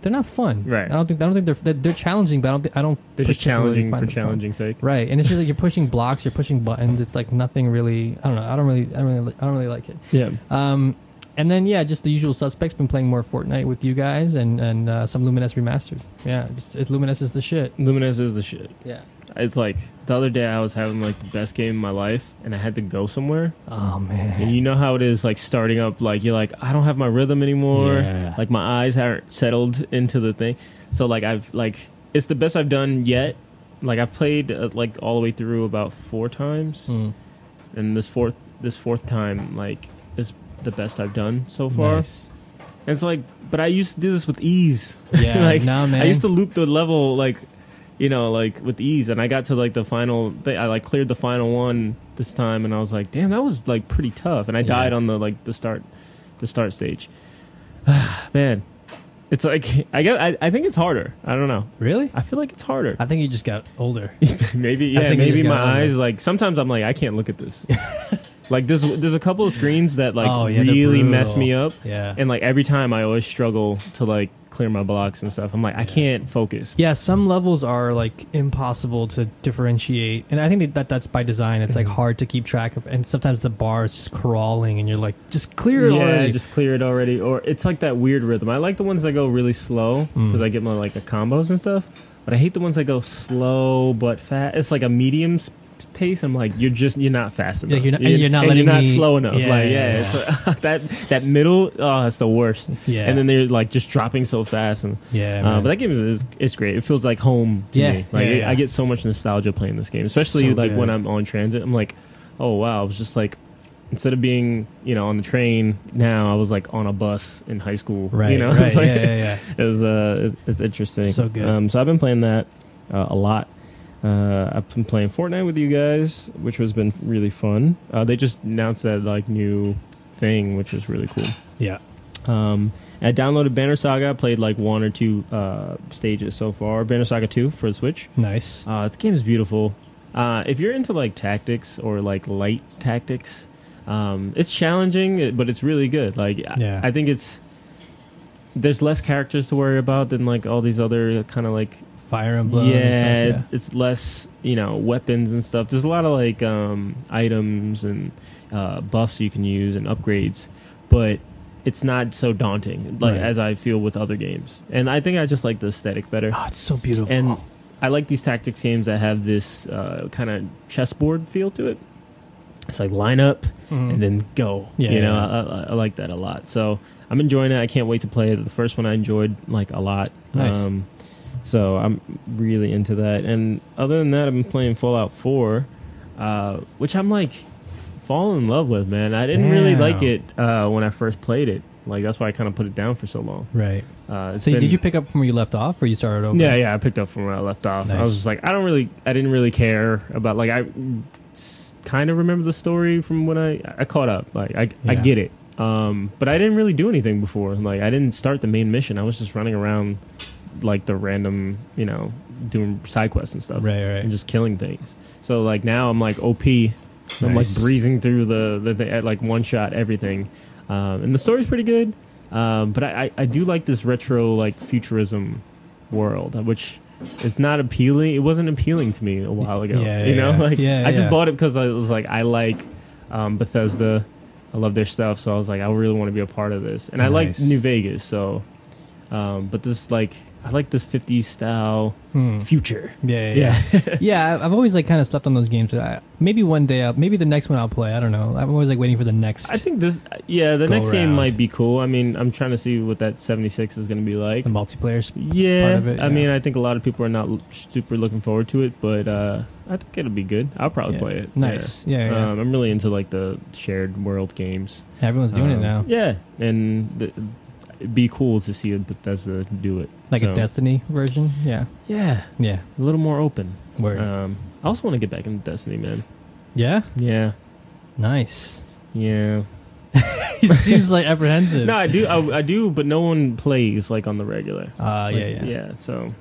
Speaker 1: they're not fun.
Speaker 2: Right.
Speaker 1: I don't think I don't think they're they're, they're challenging, but I don't thi- I don't.
Speaker 2: They're just
Speaker 1: particularly
Speaker 2: challenging
Speaker 1: find
Speaker 2: for
Speaker 1: them fun.
Speaker 2: challenging sake.
Speaker 1: Right, and it's
Speaker 2: [laughs]
Speaker 1: just like you're pushing blocks, you're pushing buttons. It's like nothing really. I don't know. I don't really. I don't really. I don't really like it.
Speaker 2: Yeah.
Speaker 1: Um, and then yeah, just the usual suspects. Been playing more Fortnite with you guys, and and uh, some Luminous remastered. Yeah, it's, it, Luminous is the shit.
Speaker 2: Luminous is the shit.
Speaker 1: Yeah.
Speaker 2: It's like the other day I was having like the best game in my life, and I had to go somewhere.
Speaker 1: Oh man.
Speaker 2: And you know how it is, like starting up, like you're like, I don't have my rhythm anymore.
Speaker 1: Yeah.
Speaker 2: Like my eyes aren't settled into the thing. So like I've like it's the best I've done yet. Like I've played uh, like all the way through about four times,
Speaker 1: Mm.
Speaker 2: and this fourth this fourth time like is the best I've done so far.
Speaker 1: Mm. Nice.
Speaker 2: And it's like, but I used to do this with ease.
Speaker 1: Yeah.
Speaker 2: [laughs] Like,
Speaker 1: now man.
Speaker 2: I used to loop the level like, you know, like with ease, and I got to like the final. Thing. I like cleared the final one this time, and I was like, damn, that was like pretty tough, and I
Speaker 1: Yeah.
Speaker 2: died on the like the start, the start stage. [sighs] Man, it's like I guess I, I think it's harder. I don't know.
Speaker 1: really.
Speaker 2: I feel like it's harder.
Speaker 1: I think you just got older.
Speaker 2: [laughs] maybe
Speaker 1: I
Speaker 2: yeah,
Speaker 1: think you
Speaker 2: maybe
Speaker 1: just
Speaker 2: my
Speaker 1: got older.
Speaker 2: eyes like sometimes I'm like I can't look
Speaker 1: [laughs]
Speaker 2: at this. like there's there's a couple of screens that like
Speaker 1: Oh, yeah, they're
Speaker 2: really mess me
Speaker 1: brutal.
Speaker 2: up
Speaker 1: [laughs] Yeah.
Speaker 2: and like every time I always struggle to like clear my blocks and stuff. I'm like, I can't focus.
Speaker 1: Yeah, some levels are like impossible to differentiate, and I think that- that that's by design. It's like
Speaker 2: Mm-hmm.
Speaker 1: hard to keep track of, and sometimes the bar is just crawling, and you're like, just clear it
Speaker 2: yeah,
Speaker 1: already.
Speaker 2: just clear it already. Or it's like that weird rhythm. I like the ones that go really slow
Speaker 1: Mm.
Speaker 2: because I get my like the combos and stuff. But I hate the ones that go slow but fast. It's like a medium s- pace. I'm like, you're just you're not fast enough.
Speaker 1: Like, you're not- and you're not
Speaker 2: and
Speaker 1: letting
Speaker 2: you're not
Speaker 1: me-
Speaker 2: slow enough.
Speaker 1: Yeah, yeah,
Speaker 2: like yeah, it's [laughs] like, that that middle. Oh, it's the worst.
Speaker 1: Yeah.
Speaker 2: and then they're like just dropping so fast. And
Speaker 1: yeah,
Speaker 2: uh,
Speaker 1: man.
Speaker 2: but that game is, is it's great. It feels like home to
Speaker 1: Yeah,
Speaker 2: me. Like
Speaker 1: yeah,
Speaker 2: it-
Speaker 1: yeah.
Speaker 2: I get so much nostalgia playing this game, especially
Speaker 1: So
Speaker 2: like when
Speaker 1: good.
Speaker 2: I'm on transit. I'm like, oh wow, I was just like instead of being you know on the train now, I was like on a bus in high school.
Speaker 1: right,
Speaker 2: you know, [laughs]
Speaker 1: right,
Speaker 2: it's like,
Speaker 1: yeah, yeah, yeah.
Speaker 2: it was uh, it- it's interesting.
Speaker 1: So good.
Speaker 2: Um, so I've been playing that uh, a lot. Uh, I've been playing Fortnite with you guys, which has been really fun. Uh, they just announced that like new thing, which is really cool.
Speaker 1: yeah.
Speaker 2: Um, I downloaded Banner Saga. I Played like one or two uh, stages so far. Banner Saga Two for the Switch.
Speaker 1: Nice.
Speaker 2: Uh, this game is beautiful. Uh, if you're into like tactics or like light tactics, um, it's challenging, but it's really good. Like I-
Speaker 1: Yeah.
Speaker 2: I, think it's there's less characters to worry about than like all these other kind of like
Speaker 1: Fire and blood.
Speaker 2: yeah,
Speaker 1: and stuff,
Speaker 2: it's less you know weapons and stuff. There's a lot of like um, items and uh, buffs you can use and upgrades, but it's not so daunting like
Speaker 1: Right.
Speaker 2: as I feel with other games. And I think I just like the aesthetic better.
Speaker 1: Oh, it's so beautiful.
Speaker 2: And I like these tactics games that have this uh, kind of chessboard feel to it. It's like line up
Speaker 1: Mhm.
Speaker 2: and then go.
Speaker 1: Yeah,
Speaker 2: you know,
Speaker 1: yeah.
Speaker 2: I, I, I like that a lot. So I'm enjoying it. I can't wait to play it. The first one I enjoyed like a lot.
Speaker 1: Nice.
Speaker 2: Um, so I'm really into that. And other than that, I've been playing Fallout 4, uh, which I'm like falling in love with, man. I didn't really
Speaker 1: Damn.
Speaker 2: like it uh, when I first played it. Like that's why I kind of put it down for so long.
Speaker 1: right.
Speaker 2: Uh, it's
Speaker 1: So,
Speaker 2: been-
Speaker 1: did you pick up from where you left off, or you started over?
Speaker 2: yeah, yeah, I picked up from where I left off. I
Speaker 1: Nice.
Speaker 2: was just like, I don't really, I didn't really care about like I kind of remember the story from when I I caught up. Like I I
Speaker 1: Yeah.
Speaker 2: get it, um, but I didn't really do anything before. Like I didn't start the main mission. I was just running around like the random, you know, doing side quests and stuff
Speaker 1: Right, right.
Speaker 2: and just killing things. So like now I'm like OP. I'm like
Speaker 1: Nice.
Speaker 2: breezing through the, the, the at like one shot everything, um, and the story's pretty good. Um, but I, I, I do like this retro like futurism world, which is not appealing. It wasn't appealing to me a while ago.
Speaker 1: Yeah,
Speaker 2: you
Speaker 1: yeah,
Speaker 2: know,
Speaker 1: yeah.
Speaker 2: like
Speaker 1: Yeah,
Speaker 2: I just
Speaker 1: yeah.
Speaker 2: bought it because I was like I like um, Bethesda. I love their stuff, so I was like, I really want to be a part of this, and I like
Speaker 1: Nice.
Speaker 2: New Vegas. So, um, but this like I like this '50s style
Speaker 1: Hmm.
Speaker 2: future.
Speaker 1: Yeah, yeah,
Speaker 2: Yeah.
Speaker 1: yeah. yeah. I- I've always like kind of slept on those games. I, maybe one day, I'll, maybe the next one I'll play. I don't know. I'm always like waiting for the next.
Speaker 2: I think this, yeah, the
Speaker 1: Go
Speaker 2: next game
Speaker 1: around.
Speaker 2: might be cool. I mean, I'm trying to see what that 76 is going to be like.
Speaker 1: the multiplayer. sp-
Speaker 2: Yeah,
Speaker 1: part of it, yeah.
Speaker 2: I mean, I think a lot of people are not l- super looking forward to it, but uh, I think it'll be good. I'll probably
Speaker 1: yeah.
Speaker 2: play it.
Speaker 1: Nice. Yeah,
Speaker 2: Yeah.
Speaker 1: yeah.
Speaker 2: Um, I'm really into like the shared world games.
Speaker 1: Everyone's doing it
Speaker 2: Um,
Speaker 1: now.
Speaker 2: Yeah, and th- it'd be cool to see a Bethesda do it.
Speaker 1: Like
Speaker 2: So-
Speaker 1: a Destiny version. Yeah.
Speaker 2: Yeah,
Speaker 1: Yeah.
Speaker 2: a little more open.
Speaker 1: Word.
Speaker 2: Um, I also want to get back into Destiny, man.
Speaker 1: yeah.
Speaker 2: Yeah, [laughs]
Speaker 1: Nice.
Speaker 2: yeah.
Speaker 1: he seems like apprehensive.
Speaker 2: No, I do, I, I do, but no one plays like on the regular.
Speaker 1: Uh,
Speaker 2: Like,
Speaker 1: yeah, yeah, yeah.
Speaker 2: Yeah, so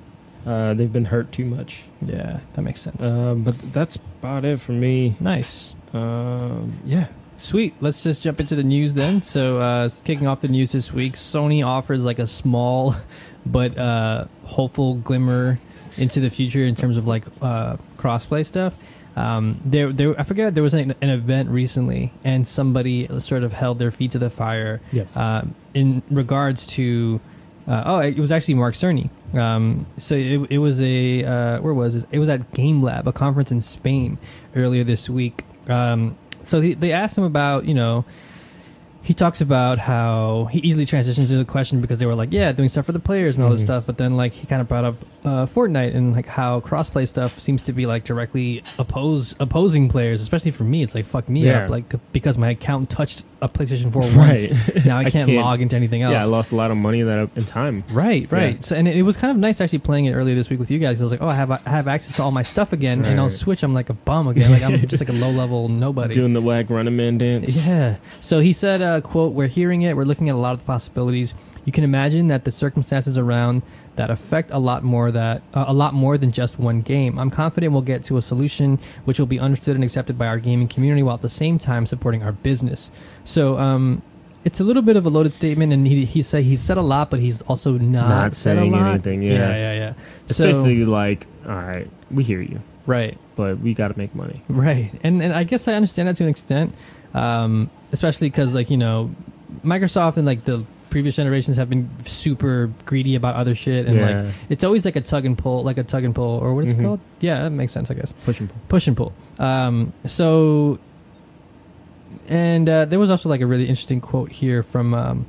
Speaker 2: uh, they've been hurt too much.
Speaker 1: That makes sense.
Speaker 2: Um, but that's about it for me.
Speaker 1: nice.
Speaker 2: Um, yeah.
Speaker 1: Sweet. Let's just jump into the news then. So, uh, kicking off the news this week, Sony offers like a small [laughs] but uh, hopeful glimmer into the future in terms of like uh, crossplay stuff. Um, there, there. I forget there was an, an event recently, and somebody sort of held their feet to the fire
Speaker 2: Yeah.
Speaker 1: uh, in regards to. Uh, oh, it was actually Mark Cerny. Um, so it, it was a uh, where was it? It was at Game Lab, a conference in Spain earlier this week. Um, so he, they asked him about you know. He talks about how he easily transitions to the question because they were like, yeah, doing stuff for the players and all this
Speaker 2: Mhm.
Speaker 1: stuff. But then, like, he kind of brought up uh, Fortnite and like how crossplay stuff seems to be like directly oppose opposing players, especially for me. It's like fuck me
Speaker 2: Yeah.
Speaker 1: up, like because my account touched a PlayStation 4
Speaker 2: [laughs] Right.
Speaker 1: once. Now I
Speaker 2: I
Speaker 1: can't,
Speaker 2: can't-
Speaker 1: log into anything else.
Speaker 2: Yeah, I lost a lot of money that I, in time.
Speaker 1: Right, right.
Speaker 2: Yeah.
Speaker 1: So, and it, it was kind of nice actually playing it earlier this week with you guys. I was like, oh, I have I have access to all my stuff again, and on
Speaker 2: Right.
Speaker 1: Switch, I'm like a bum again. Like I'm just like a low level nobody.
Speaker 2: [laughs] Doing the whack running man dance.
Speaker 1: Yeah. So he said, uh, "quote We're hearing it. We're looking at a lot of the possibilities. You can imagine that the circumstances around that affect a lot more that uh, a lot more than just one game. I'm confident we'll get to a solution which will be understood and accepted by our gaming community, while at the same time supporting our business." So, um, it's a little bit of a loaded statement, and he he said he said a lot, but he's also not,
Speaker 2: Not
Speaker 1: said a
Speaker 2: saying
Speaker 1: lot.
Speaker 2: anything, yeah.
Speaker 1: yeah, yeah. yeah. So
Speaker 2: Especially like, all right, we hear you,
Speaker 1: right,
Speaker 2: but we got to make money.
Speaker 1: right, and and I guess I understand that to an extent, um, especially because like you know, Microsoft and like the previous generations have been super greedy about other shit, and
Speaker 2: yeah,
Speaker 1: like it's always like a tug and pull, like a tug and pull, or what is
Speaker 2: Mhm.
Speaker 1: it called? Yeah, that makes sense, I guess.
Speaker 2: push and pull.
Speaker 1: push and pull. Um, so, and uh, there was also like a really interesting quote here from um,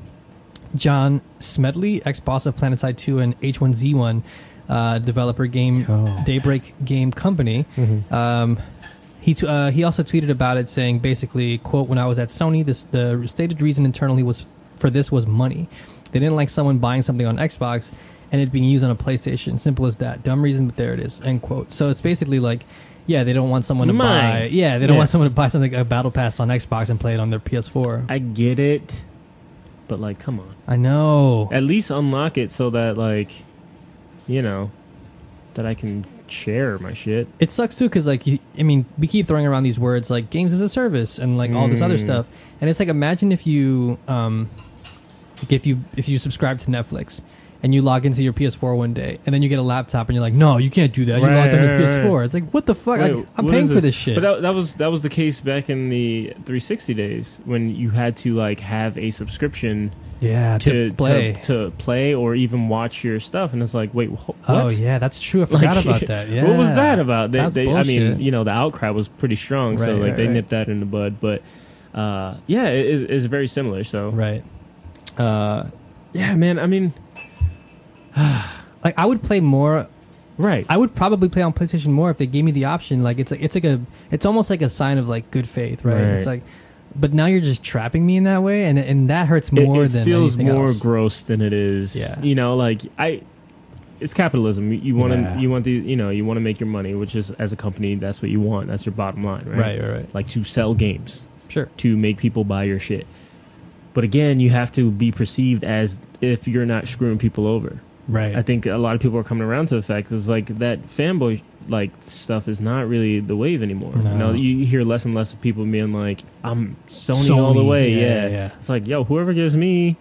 Speaker 1: John Smedley, ex boss of Planetside 2 and H1Z1 uh, developer game Daybreak Game Company.
Speaker 2: Mm-hmm.
Speaker 1: Um, he, t- uh, he also tweeted about it saying basically quote when i was at sony this the stated reason internally was for this was money they didn't like someone buying something on xbox and it being used on a playstation simple as that dumb reason but there it is end quote so it's basically like yeah they don't want someone to
Speaker 2: Mine.
Speaker 1: buy yeah they don't
Speaker 2: Yeah.
Speaker 1: want someone to buy something a battle pass on xbox and play it on their ps4 i,
Speaker 2: I get it, but like, come on.
Speaker 1: know
Speaker 2: At least unlock it so that like, you know, that I can share my shit.
Speaker 1: it sucks too because like you, i mean we keep throwing around these words like games as a service and like all this other
Speaker 2: Mm.
Speaker 1: stuff and it's like imagine if you um like, if you if you subscribe to netflix and you log into your ps4 one day and then you get a laptop and you're like no you can't do that you
Speaker 2: Right,
Speaker 1: logged into
Speaker 2: right,
Speaker 1: ps4 it's like what the fuck
Speaker 2: Wait,
Speaker 1: like, i'm
Speaker 2: what
Speaker 1: paying
Speaker 2: is
Speaker 1: for this shit
Speaker 2: But that, that was that was the case back in the 360 days when you had to like have a subscription
Speaker 1: yeah
Speaker 2: to
Speaker 1: to, play
Speaker 2: to, to play or even watch your stuff, and it's like, wait, wh- what?
Speaker 1: oh yeah that's true i forgot
Speaker 2: [laughs] Like,
Speaker 1: about that yeah
Speaker 2: What was that about? They,
Speaker 1: That's
Speaker 2: they, I mean,
Speaker 1: bullshit.
Speaker 2: you know, the outcry was pretty strong, so
Speaker 1: Right,
Speaker 2: like
Speaker 1: right,
Speaker 2: they
Speaker 1: right.
Speaker 2: nipped that in the bud. But uh, yeah, it, it's- it's very similar. So
Speaker 1: right uh
Speaker 2: yeah, man. I mean,
Speaker 1: like i would play more
Speaker 2: right.
Speaker 1: I would probably play on PlayStation more if they gave me the option. Like it's like it's like a it's almost like a sign of like good faith, right?
Speaker 2: Right.
Speaker 1: It's like, but now you're just trapping me in that way, and and that hurts
Speaker 2: It-
Speaker 1: more
Speaker 2: it,
Speaker 1: than
Speaker 2: feels
Speaker 1: anything
Speaker 2: more
Speaker 1: else.
Speaker 2: gross than it is.
Speaker 1: Yeah.
Speaker 2: You know, like I. It's capitalism. You- You want to,
Speaker 1: Yeah.
Speaker 2: you want the, you know, you want to make your money, which is as a company, that's what you want. That's your bottom line, right?
Speaker 1: right, right, right.
Speaker 2: Like to sell games,
Speaker 1: Sure,
Speaker 2: to make people buy your shit. But again, you have to be perceived as if you're not screwing people over.
Speaker 1: right.
Speaker 2: I think a lot of people are coming around to the fact is like that fanboy like stuff is not really the wave anymore.
Speaker 1: No.
Speaker 2: You know, you hear less and less of people being like, "I'm Sony, all the way." Yeah, It's like, yo, whoever gives me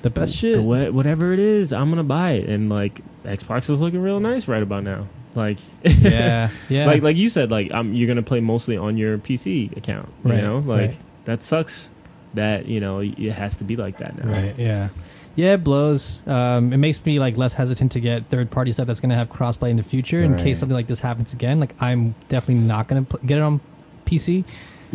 Speaker 1: The best
Speaker 2: the
Speaker 1: shit.
Speaker 2: wha- whatever it is, I'm gonna buy it. And like, Xbox is looking real nice right about now. Like,
Speaker 1: [laughs]
Speaker 2: [laughs]
Speaker 1: yeah, yeah.
Speaker 2: like like you said, like um, you're gonna play mostly on your PC account. You
Speaker 1: Right,
Speaker 2: know, like
Speaker 1: right.
Speaker 2: that sucks. That you know it has to be like that now.
Speaker 1: Right. Yeah. Yeah, it blows. Um, it makes me like less hesitant to get third-party stuff that's going to have crossplay in the future in
Speaker 2: Right.
Speaker 1: case something like this happens again. Like I'm definitely not going to pl- get it on PC.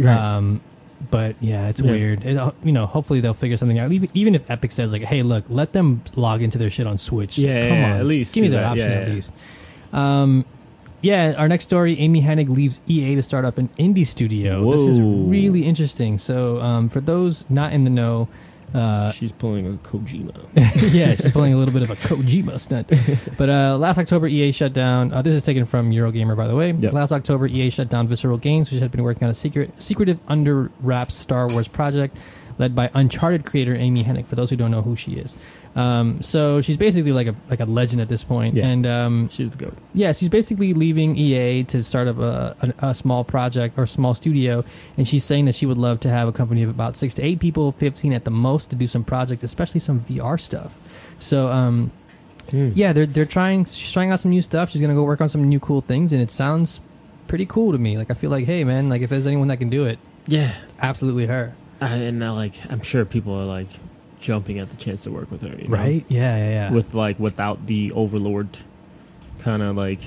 Speaker 1: Um, but yeah, it's
Speaker 2: Yeah.
Speaker 1: weird. It, uh, you know, hopefully they'll figure something out. Even, even if Epic says like, "Hey, look, let them log into their shit on Switch."
Speaker 2: Yeah,
Speaker 1: come
Speaker 2: yeah,
Speaker 1: on,
Speaker 2: at least
Speaker 1: give me
Speaker 2: do
Speaker 1: that,
Speaker 2: that.
Speaker 1: option
Speaker 2: Yeah,
Speaker 1: at
Speaker 2: yeah.
Speaker 1: least. Um, yeah, our next story: Amy Hennig leaves EA to start up an indie studio. This is
Speaker 2: Whoa.
Speaker 1: really interesting. So, um, for those not in the know, uh,
Speaker 2: She's pulling a Kojima. [laughs]
Speaker 1: yeah, she's pulling a little bit of a Kojima stunt. But uh, last October, EA shut down. Uh, this is taken from Eurogamer, by the way.
Speaker 2: Yep.
Speaker 1: Last October, EA shut down Visceral Games, which had been working on a secret, secretive, under wraps Star Wars project led by Uncharted creator Amy Hennig. For those who don't know who she is, um, so she's basically like a like a legend at this point.
Speaker 2: Yeah.
Speaker 1: And um,
Speaker 2: She's the goat.
Speaker 1: yeah, she's basically leaving EA to start up a, a, a small project or small studio, and she's saying that she would love to have a company of about six to eight people, fifteen at the most, to do some projects, especially some VR stuff. So, um,
Speaker 2: Hmm.
Speaker 1: yeah, they're they're trying. She's trying out some new stuff. She's gonna go work on some new cool things, and it sounds pretty cool to me. Like I feel like, hey man, like if there's anyone that can do it,
Speaker 2: Yeah,
Speaker 1: absolutely her.
Speaker 2: I, and I, like I'm sure people are like jumping at the chance to work with her, you know?
Speaker 1: Yeah, yeah, yeah.
Speaker 2: With like without the overlord, kind of like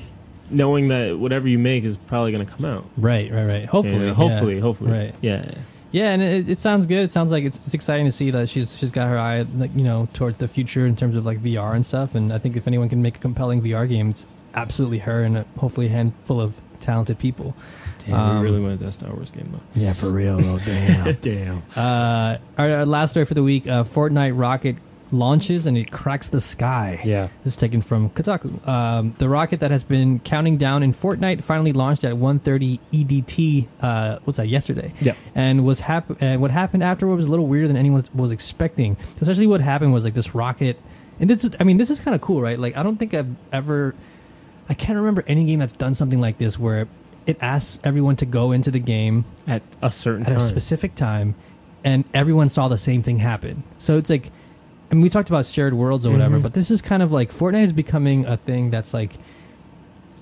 Speaker 2: knowing that whatever you make is probably going to come out.
Speaker 1: right, right, right. Hopefully,
Speaker 2: You know,
Speaker 1: yeah.
Speaker 2: hopefully, hopefully,
Speaker 1: Right.
Speaker 2: Yeah,
Speaker 1: Yeah, and it, it sounds good. It sounds like it's, it's exciting to see that she's she's got her eye like you know towards the future in terms of like VR and stuff. And I think if anyone can make a compelling VR game, it's absolutely her and uh, hopefully a handful of talented people.
Speaker 2: damn,
Speaker 1: Um,
Speaker 2: we really wanted that Star Wars game
Speaker 1: Yeah, for real though. [laughs] Damn.
Speaker 2: though. damn.
Speaker 1: uh, our, our last story for the week: uh, Fortnite rocket launches and it cracks the sky.
Speaker 2: Yeah.
Speaker 1: This is taken from Kotaku. Um, the rocket that has been counting down in Fortnite finally launched at 1:30 EDT. Uh, what's that? Yesterday.
Speaker 2: Yeah.
Speaker 1: And was hap- and what happened afterward was a little weirder than anyone was expecting. Essentially, what happened was like this rocket, and this. I mean, this is kind of cool, right? Like, I don't think I've ever. I can't remember any game that's done something like this where it asks everyone to go into the game
Speaker 2: At a certain
Speaker 1: at a
Speaker 2: time.
Speaker 1: specific time, and everyone saw the same thing happen. So it's like, I mean, we talked about shared worlds or whatever,
Speaker 2: Mhm.
Speaker 1: but this is kind of like Fortnite is becoming a thing that's like,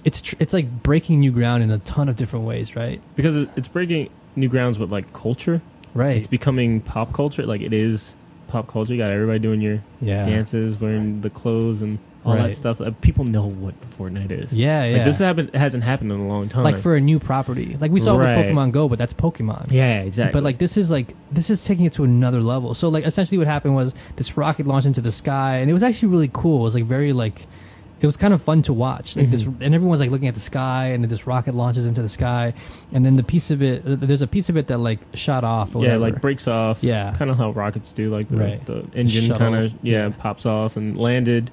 Speaker 1: it's tr- it's like breaking new ground in a ton of different ways, right?
Speaker 2: because it- it's breaking new grounds with like culture.
Speaker 1: Right.
Speaker 2: It's becoming pop culture. Like it is pop culture. You got everybody doing your
Speaker 1: yeah.
Speaker 2: dances, wearing the clothes and all
Speaker 1: Right.
Speaker 2: that stuff. Uh, people know what Fortnite is.
Speaker 1: Yeah, yeah.
Speaker 2: Like this happened hasn't happened in a long time.
Speaker 1: like for a new property, like we saw with
Speaker 2: Right.
Speaker 1: Pokemon Go, but that's Pokemon.
Speaker 2: yeah, exactly.
Speaker 1: But like this is like this is taking it to another level. So like essentially what happened was this rocket launched into the sky and it was actually really cool. It was like very like it was kind of fun to watch. Like this
Speaker 2: Mhm.
Speaker 1: and everyone's like looking at the sky and then this rocket launches into the sky and then the piece of it there's a piece of it that like shot off or
Speaker 2: yeah,
Speaker 1: whatever.
Speaker 2: like breaks off.
Speaker 1: Yeah.
Speaker 2: kind of how rockets do. Like the,
Speaker 1: Right.
Speaker 2: the engine
Speaker 1: shuttle.
Speaker 2: kind of yeah,
Speaker 1: Yeah.
Speaker 2: pops off and landed,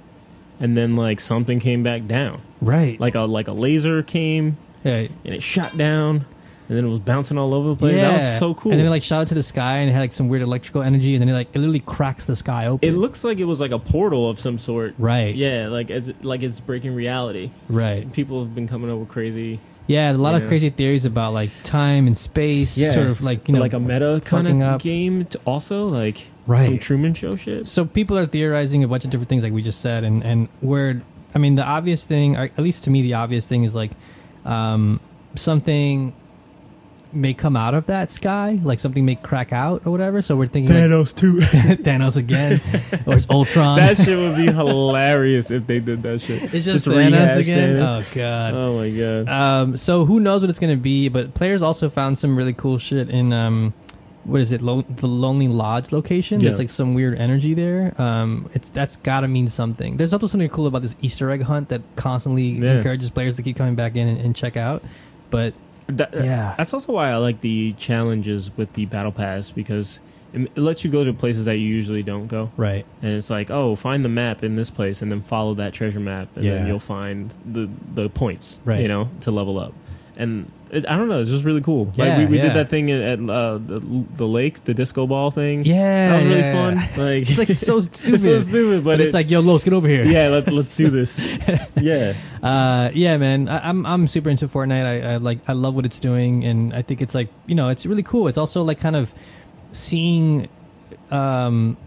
Speaker 2: and then like something came back down.
Speaker 1: right.
Speaker 2: Like a like a laser came
Speaker 1: right.
Speaker 2: and it shot down, and then it was bouncing all over the place. That was so cool.
Speaker 1: And then it like shot it to the sky and it had like some weird electrical energy and then it like it literally cracks the sky open.
Speaker 2: it looks like it was like a portal of some sort.
Speaker 1: right.
Speaker 2: Yeah, like it's like it's breaking reality.
Speaker 1: Right.
Speaker 2: People have been coming up with crazy,
Speaker 1: Yeah, a lot of
Speaker 2: Yeah.
Speaker 1: crazy theories about like time and space,
Speaker 2: Yeah.
Speaker 1: sort of like you know,
Speaker 2: like a meta
Speaker 1: fucking
Speaker 2: kind
Speaker 1: up.
Speaker 2: of game. To also, like some
Speaker 1: Right.
Speaker 2: Truman Show shit.
Speaker 1: so people are theorizing a bunch of different things like we just said and and where i mean the obvious thing or at least to me the obvious thing is like um something may come out of that sky like something may crack out or whatever so we're thinking like, [laughs]
Speaker 2: too.
Speaker 1: thanos again or it's ultron
Speaker 2: that shit would be hilarious if they did that shit.
Speaker 1: it's just,
Speaker 2: rehash
Speaker 1: thanos again
Speaker 2: Thanos.
Speaker 1: oh god
Speaker 2: Oh my god.
Speaker 1: Um, so who knows what it's going to be? But players also found some really cool shit in um, what is it? Lo- the Lonely Lodge location.
Speaker 2: Yeah.
Speaker 1: There's like some weird energy there. Um, it's that's got to mean something. There's also something cool about this Easter egg hunt that constantly
Speaker 2: Yeah.
Speaker 1: encourages players to keep coming back in and, and check out. But uh,
Speaker 2: That-
Speaker 1: yeah,
Speaker 2: That's also why I like the challenges with the battle pass because it it lets you go to places that you usually don't go.
Speaker 1: right,
Speaker 2: and it's like oh find the map in this place and then follow that treasure map and
Speaker 1: Yeah.
Speaker 2: then you'll find the the points
Speaker 1: Right.
Speaker 2: you know to level up and it, i don't know it's just really cool
Speaker 1: Yeah,
Speaker 2: like we, we
Speaker 1: yeah.
Speaker 2: did that thing at, at uh, the, the lake the disco ball thing
Speaker 1: yeah,
Speaker 2: that was really
Speaker 1: yeah,
Speaker 2: fun
Speaker 1: yeah. [laughs]
Speaker 2: like
Speaker 1: It's like so stupid,
Speaker 2: [laughs] it's so stupid but,
Speaker 1: but it's, like yo, Los, get over here.
Speaker 2: [laughs] yeah let, let's
Speaker 1: [laughs]
Speaker 2: do this yeah
Speaker 1: Uh, yeah, man, I, I'm I'm super into Fortnite. I, I like I love what it's doing, and I think it's like you know it's really cool. It's also like kind of seeing, um,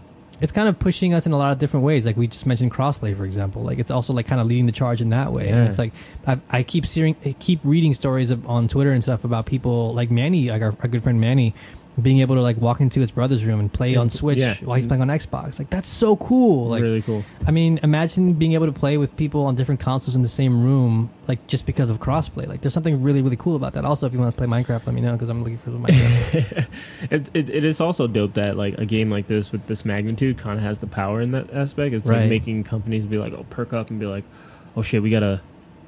Speaker 1: it's kind of pushing us in a lot of different ways. Like we just mentioned crossplay, for example. Like it's also like kind of leading the charge in that way. And
Speaker 2: Yeah.
Speaker 1: it's like I, I keep seeing, I keep reading stories of, on Twitter and stuff about people like Manny, like our, our good friend Manny. Being able to like walk into his brother's room and play
Speaker 2: Yeah.
Speaker 1: on Switch
Speaker 2: Yeah.
Speaker 1: while he's playing on Xbox, like that's so cool. Like
Speaker 2: really cool
Speaker 1: I mean, imagine being able to play with people on different consoles in the same room, like just because of crossplay. Like, there's something really, really cool about that. Also, if you want to play Minecraft, let me know because I'm looking for some Minecraft.
Speaker 2: [laughs] it, it, it is also dope that like a game like this with this magnitude kind of has the power in that aspect. It's
Speaker 1: Right.
Speaker 2: like making companies be like, oh, perk up and be like, oh shit, we gotta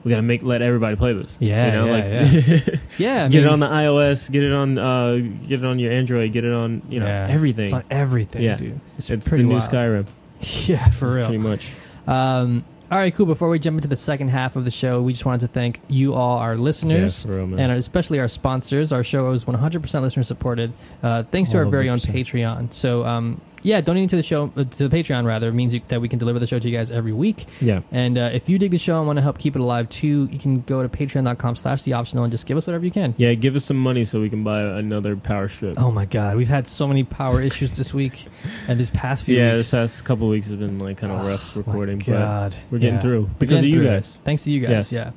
Speaker 2: we gotta make let everybody play this.
Speaker 1: Yeah,
Speaker 2: you know,
Speaker 1: yeah,
Speaker 2: like [laughs]
Speaker 1: yeah, I
Speaker 2: get
Speaker 1: mean,
Speaker 2: it on the iOS, get it on uh, get it on your Android, get it on you know
Speaker 1: Yeah.
Speaker 2: everything.
Speaker 1: it's
Speaker 2: It's,
Speaker 1: on everything,
Speaker 2: Yeah.
Speaker 1: dude. It's,
Speaker 2: the
Speaker 1: pretty
Speaker 2: new
Speaker 1: wild.
Speaker 2: Skyrim
Speaker 1: [laughs] Yeah, for real.
Speaker 2: pretty much.
Speaker 1: Um, all right, cool. Before we jump into the second half of the show, we just wanted to thank you all, our listeners.
Speaker 2: for real, man.
Speaker 1: and especially our sponsors. Our show is 100% listener supported, uh, thanks to our very own Patreon. So, um, yeah, donating to the show, uh, to the Patreon rather, means you, that we can deliver the show to you guys every week.
Speaker 2: yeah,
Speaker 1: And uh, if you dig the show and want to help keep it alive too, you can go to patreon.com slash the optional and just give us whatever you can.
Speaker 2: yeah, give us some money so we can buy another power strip.
Speaker 1: Oh my God, we've had so many power issues this week and these past few
Speaker 2: yeah,
Speaker 1: weeks. Oh
Speaker 2: this past couple weeks has been like kind of rough
Speaker 1: My
Speaker 2: recording, but
Speaker 1: God.
Speaker 2: we're getting
Speaker 1: Yeah.
Speaker 2: through because
Speaker 1: Again,
Speaker 2: of you
Speaker 1: through.
Speaker 2: guys.
Speaker 1: Thanks to you guys.
Speaker 2: Yes.
Speaker 1: Yeah.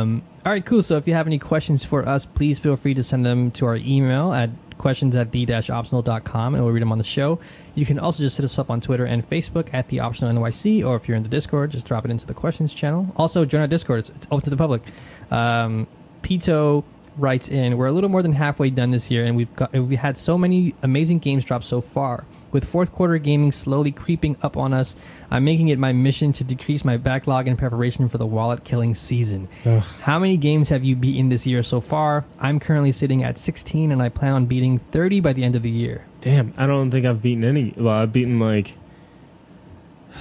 Speaker 1: Um, all right, cool. So if you have any questions for us, please feel free to send them to our email at questions at the-optional.com and we'll read them on the show. You can also just hit us up on Twitter and Facebook at the optional NYC, or if you're in the Discord, just drop it into the questions channel. Also, join our Discord. It's, it's open to the public. Um, Pito writes in, we're a little more than halfway done this year, and we've got we've had so many amazing games drop so far. With fourth quarter gaming slowly creeping up on us, I'm making it my mission to decrease my backlog in preparation for the wallet killing season. How many games have you beaten this year so far? I'm currently sitting at 16, and I plan on beating 30 by the end of the year.
Speaker 2: Damn, I don't think I've beaten any. Well, I've beaten like. [laughs]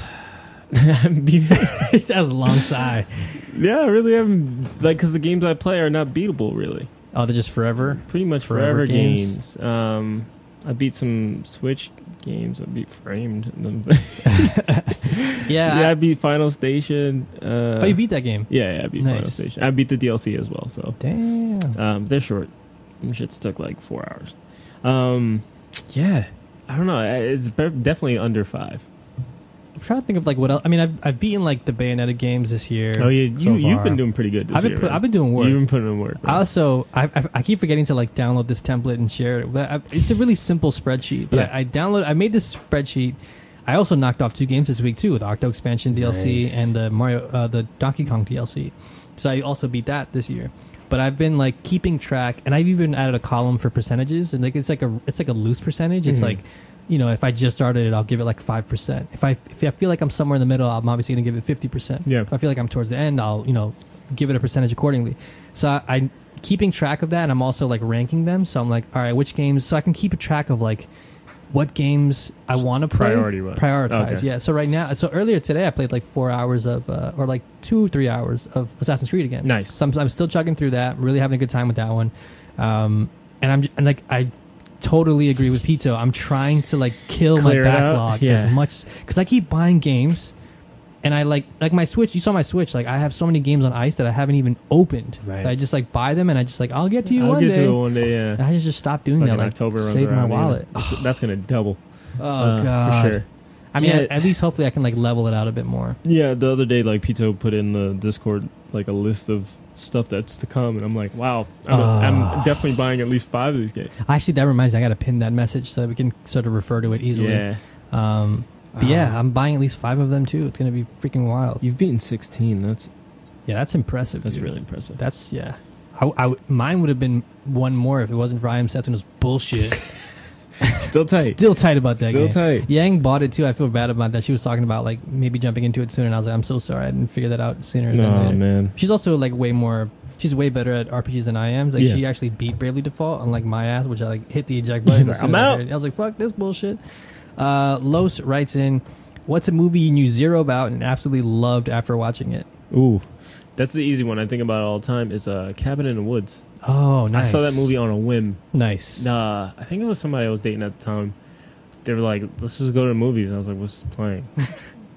Speaker 2: I haven't beaten-
Speaker 1: [laughs] that was a long sigh.
Speaker 2: yeah, I really haven't. Like, because the games I play are not beatable, really.
Speaker 1: Oh, they're just forever.
Speaker 2: Pretty much
Speaker 1: Forever
Speaker 2: forever,
Speaker 1: games.
Speaker 2: games. Um, I beat some Switch games. I beat Framed. [laughs]
Speaker 1: Yeah.
Speaker 2: yeah, I beat Final Station. Uh,
Speaker 1: oh, you beat that game.
Speaker 2: yeah, yeah, I beat Final
Speaker 1: Nice.
Speaker 2: Station. I beat the DLC as well, so.
Speaker 1: Damn.
Speaker 2: Um, they're short. Shit's took like four hours. Um,
Speaker 1: Yeah.
Speaker 2: I don't know. I- It's be- definitely under five.
Speaker 1: I'm trying to think of like what else. I mean, I've, I've beaten like the Bayonetta games this year.
Speaker 2: Oh yeah, you
Speaker 1: so
Speaker 2: you've
Speaker 1: far.
Speaker 2: been doing pretty good. This
Speaker 1: I've been
Speaker 2: year,
Speaker 1: put,
Speaker 2: right?
Speaker 1: I've been doing work.
Speaker 2: You've been putting in work.
Speaker 1: I
Speaker 2: right?
Speaker 1: also I, I, I keep forgetting to like download this template and share it. But I, it's a really simple spreadsheet. But
Speaker 2: Yeah.
Speaker 1: I, I download I made this spreadsheet. I also knocked off two games this week too with Octo Expansion DLC
Speaker 3: Nice.
Speaker 1: and the Mario uh, the Donkey Kong DLC. So I also beat that this year. But I've been like keeping track, and I've even added a column for percentages, and like it's like a it's like a loose percentage. It's
Speaker 2: Mhm.
Speaker 1: like you know, if I just started it, I'll give it like five percent. If I if I feel like I'm somewhere in the middle, I'm obviously going to give it fifty percent.
Speaker 2: Yeah.
Speaker 1: If I feel like I'm towards the end, I'll you know give it a percentage accordingly. So I, I'm keeping track of that, and I'm also like ranking them. So I'm like, all right, which games? So I can keep a track of like what games I want to play.
Speaker 2: Priority-wise.
Speaker 1: Prioritize,
Speaker 2: Okay.
Speaker 1: yeah. So right now, so earlier today, I played like four hours of, uh, or like two three hours of Assassin's Creed again.
Speaker 2: Nice.
Speaker 1: So I'm, I'm still chugging through that. Really having a good time with that one. Um, and I'm j- and like I totally agree with Pito. I'm trying to like kill
Speaker 2: Clear it
Speaker 1: my
Speaker 2: out?
Speaker 1: backlog
Speaker 2: Yeah.
Speaker 1: as much because I keep buying games, and I like like my Switch. You saw my Switch. Like I have so many games on ice that I haven't even opened.
Speaker 3: Right.
Speaker 1: That I just like buy them and I just like I'll get to you
Speaker 2: I'll
Speaker 1: one
Speaker 2: get
Speaker 1: day.
Speaker 2: to it one day. Yeah.
Speaker 1: And I just stop doing
Speaker 2: Fucking
Speaker 1: that. Like
Speaker 2: October runs
Speaker 1: save my
Speaker 2: around, yeah.
Speaker 1: wallet.
Speaker 2: That's- That's gonna double.
Speaker 1: [sighs] Oh
Speaker 2: uh,
Speaker 1: god.
Speaker 2: for sure.
Speaker 1: I mean,
Speaker 2: Yeah.
Speaker 1: at, at least hopefully I can like level it out a bit more.
Speaker 2: Yeah, the other day, like Pito put in the Discord like a list of stuff that's to come, and I'm like, wow, I'm,
Speaker 1: Ah.
Speaker 2: I'm definitely buying at least five of these games.
Speaker 1: Actually, that reminds me. I got to pin that message so that we can sort of refer to it easily.
Speaker 2: Yeah,
Speaker 1: Um,
Speaker 2: Uh,
Speaker 1: but yeah, I'm buying at least five of them too. It's gonna be freaking wild.
Speaker 2: you've beaten 16. That's
Speaker 1: Yeah, that's impressive.
Speaker 2: that's
Speaker 1: dude.
Speaker 2: really impressive.
Speaker 1: That's yeah. I, I would- mine would have been one more if it wasn't for IM Setson's
Speaker 2: [laughs]
Speaker 1: bullshit.
Speaker 2: [laughs] Still tight.
Speaker 1: Still tight about that game.
Speaker 2: tight.
Speaker 1: Yang bought it too. I feel bad about that. She was talking about like maybe jumping into it soon, and I was like, I'm so sorry. I didn't figure that out sooner. than
Speaker 2: No
Speaker 1: later.
Speaker 2: man.
Speaker 1: She's also like way more. She's way better at RPGs than I am. Like
Speaker 2: Yeah.
Speaker 1: she actually beat Bravely Default, unlike my ass, which I like hit the eject [laughs] button.
Speaker 2: She's
Speaker 1: as
Speaker 2: like,
Speaker 1: soon
Speaker 2: "I'm
Speaker 1: as I
Speaker 2: out."
Speaker 1: heard it. I was like, fuck this bullshit. Uh, Los writes in, "What's a movie you knew zero about and absolutely loved after watching it?"
Speaker 2: Ooh, that's the easy one I think about all the time. Is uh, Cabin in the Woods.
Speaker 1: Oh, nice.
Speaker 2: I saw that movie on a whim.
Speaker 1: Nice.
Speaker 2: Nah, I think it was somebody I was dating at the time. They were like, "Let's just go to the movies." And I was like, "What's
Speaker 1: [laughs]
Speaker 2: playing?" it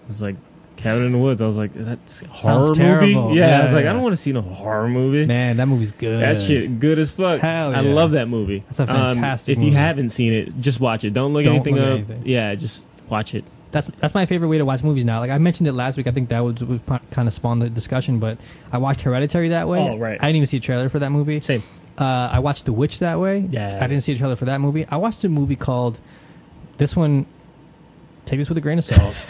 Speaker 2: was like Cabin in the Woods. I was like, "That's a horror movie."
Speaker 1: terrible.
Speaker 2: Yeah, I
Speaker 1: Yeah,
Speaker 2: was like,
Speaker 1: yeah.
Speaker 2: "I don't want to see no horror movie."
Speaker 1: Man, that movie's good.
Speaker 2: That shit good as fuck.
Speaker 1: Hell
Speaker 2: I
Speaker 1: yeah.
Speaker 2: love that movie. Um,
Speaker 1: That's a fantastic
Speaker 2: if
Speaker 1: movie.
Speaker 2: you haven't seen it, just watch it. Don't look
Speaker 1: Don't
Speaker 2: anything
Speaker 1: look at
Speaker 2: up.
Speaker 1: anything.
Speaker 2: Yeah, just watch it.
Speaker 1: That's that's my favorite way to watch movies now. Like I mentioned it last week. I think that was, was kind of spawned the discussion. But I watched Hereditary that way.
Speaker 2: Oh, right.
Speaker 1: I didn't even see a trailer for that movie.
Speaker 2: Same.
Speaker 1: Uh, I watched The Witch that way.
Speaker 2: Yeah.
Speaker 1: I didn't see a trailer for that movie. I watched a movie called this one. Take this with a grain of salt.
Speaker 2: [laughs]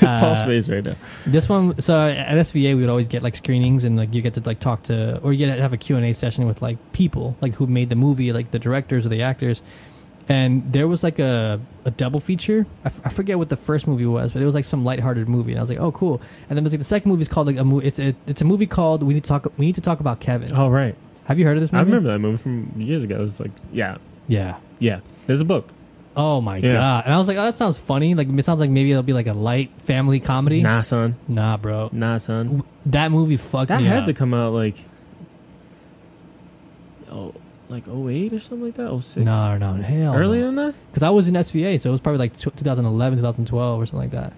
Speaker 2: Paul
Speaker 1: Uh,
Speaker 2: Space right now.
Speaker 1: this one, so at SVA we would always get like screenings and like you get to like talk to or you get to have a Q and A session with like people like who made the movie, like the directors or the actors. And there was like a, a double feature. I, f- I forget what the first movie was, but it was like some lighthearted movie, and I was like, oh cool. And then it's like the second movie is called like a movie. It's a, it's a movie called We Need to Talk. We need to talk about Kevin.
Speaker 2: All right,
Speaker 1: Have you heard of this movie?
Speaker 2: Oh. I remember that movie from years ago. It's like, yeah,
Speaker 1: Yeah.
Speaker 2: yeah. There's a book.
Speaker 1: Oh my
Speaker 2: Yeah.
Speaker 1: god! And I was like, oh, that sounds funny. Like it sounds like maybe it'll be like a light family comedy.
Speaker 2: Nah, son.
Speaker 1: Nah, bro.
Speaker 2: Nah, son.
Speaker 1: That movie fucked
Speaker 2: That
Speaker 1: me
Speaker 2: had
Speaker 1: up.
Speaker 2: to come out like oh like 08 or something like that. 06?
Speaker 1: no, no, no, hell.
Speaker 2: Earlier
Speaker 1: no.
Speaker 2: than that?
Speaker 1: Because I was in SVA, so it was probably like tw 2011, 2012, or something like that.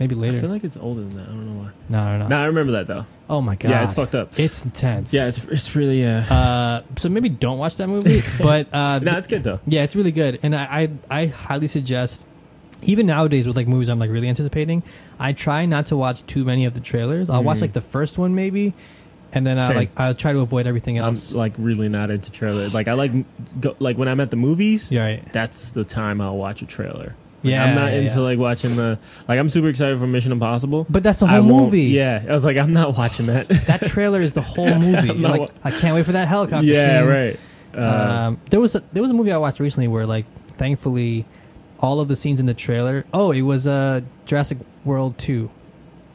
Speaker 1: Maybe
Speaker 2: I
Speaker 1: later.
Speaker 2: feel like it's older than that. I don't know why.
Speaker 1: no, no, no.
Speaker 2: Nah, I remember that though.
Speaker 1: oh my god.
Speaker 2: Yeah, it's fucked up.
Speaker 1: It's intense. [laughs]
Speaker 2: yeah, it's it's really uh
Speaker 1: Uh, so maybe don't watch that
Speaker 2: [laughs]
Speaker 1: movie. but uh,
Speaker 2: Nah, it's good though.
Speaker 1: yeah, it's really good, and I, I I highly suggest. Even nowadays, with like movies, I'm like really anticipating. I try not to watch too many of the trailers. I'll watch
Speaker 2: Mhm.
Speaker 1: like the first one maybe, and then I
Speaker 2: Same.
Speaker 1: like I'll try to avoid everything
Speaker 2: I'm
Speaker 1: else.
Speaker 2: like really not into trailer. Like I like go, like when I'm at the movies,
Speaker 1: Yeah, right.
Speaker 2: that's the time I'll watch a trailer. Like,
Speaker 1: Yeah,
Speaker 2: I'm not
Speaker 1: yeah,
Speaker 2: into
Speaker 1: yeah.
Speaker 2: like watching the like I'm super excited for Mission Impossible.
Speaker 1: But that's the
Speaker 2: I
Speaker 1: whole
Speaker 2: won't-
Speaker 1: movie.
Speaker 2: Yeah, I was like I'm not watching that.
Speaker 1: [laughs] That trailer is the
Speaker 2: [laughs]
Speaker 1: whole movie. You're
Speaker 2: not
Speaker 1: like, I can't wait for that helicopter
Speaker 2: yeah,
Speaker 1: scene.
Speaker 2: right. Uh,
Speaker 1: um, there was a, there was a movie I watched recently where like thankfully all of the scenes in the trailer. Oh, it was uh, Jurassic World two.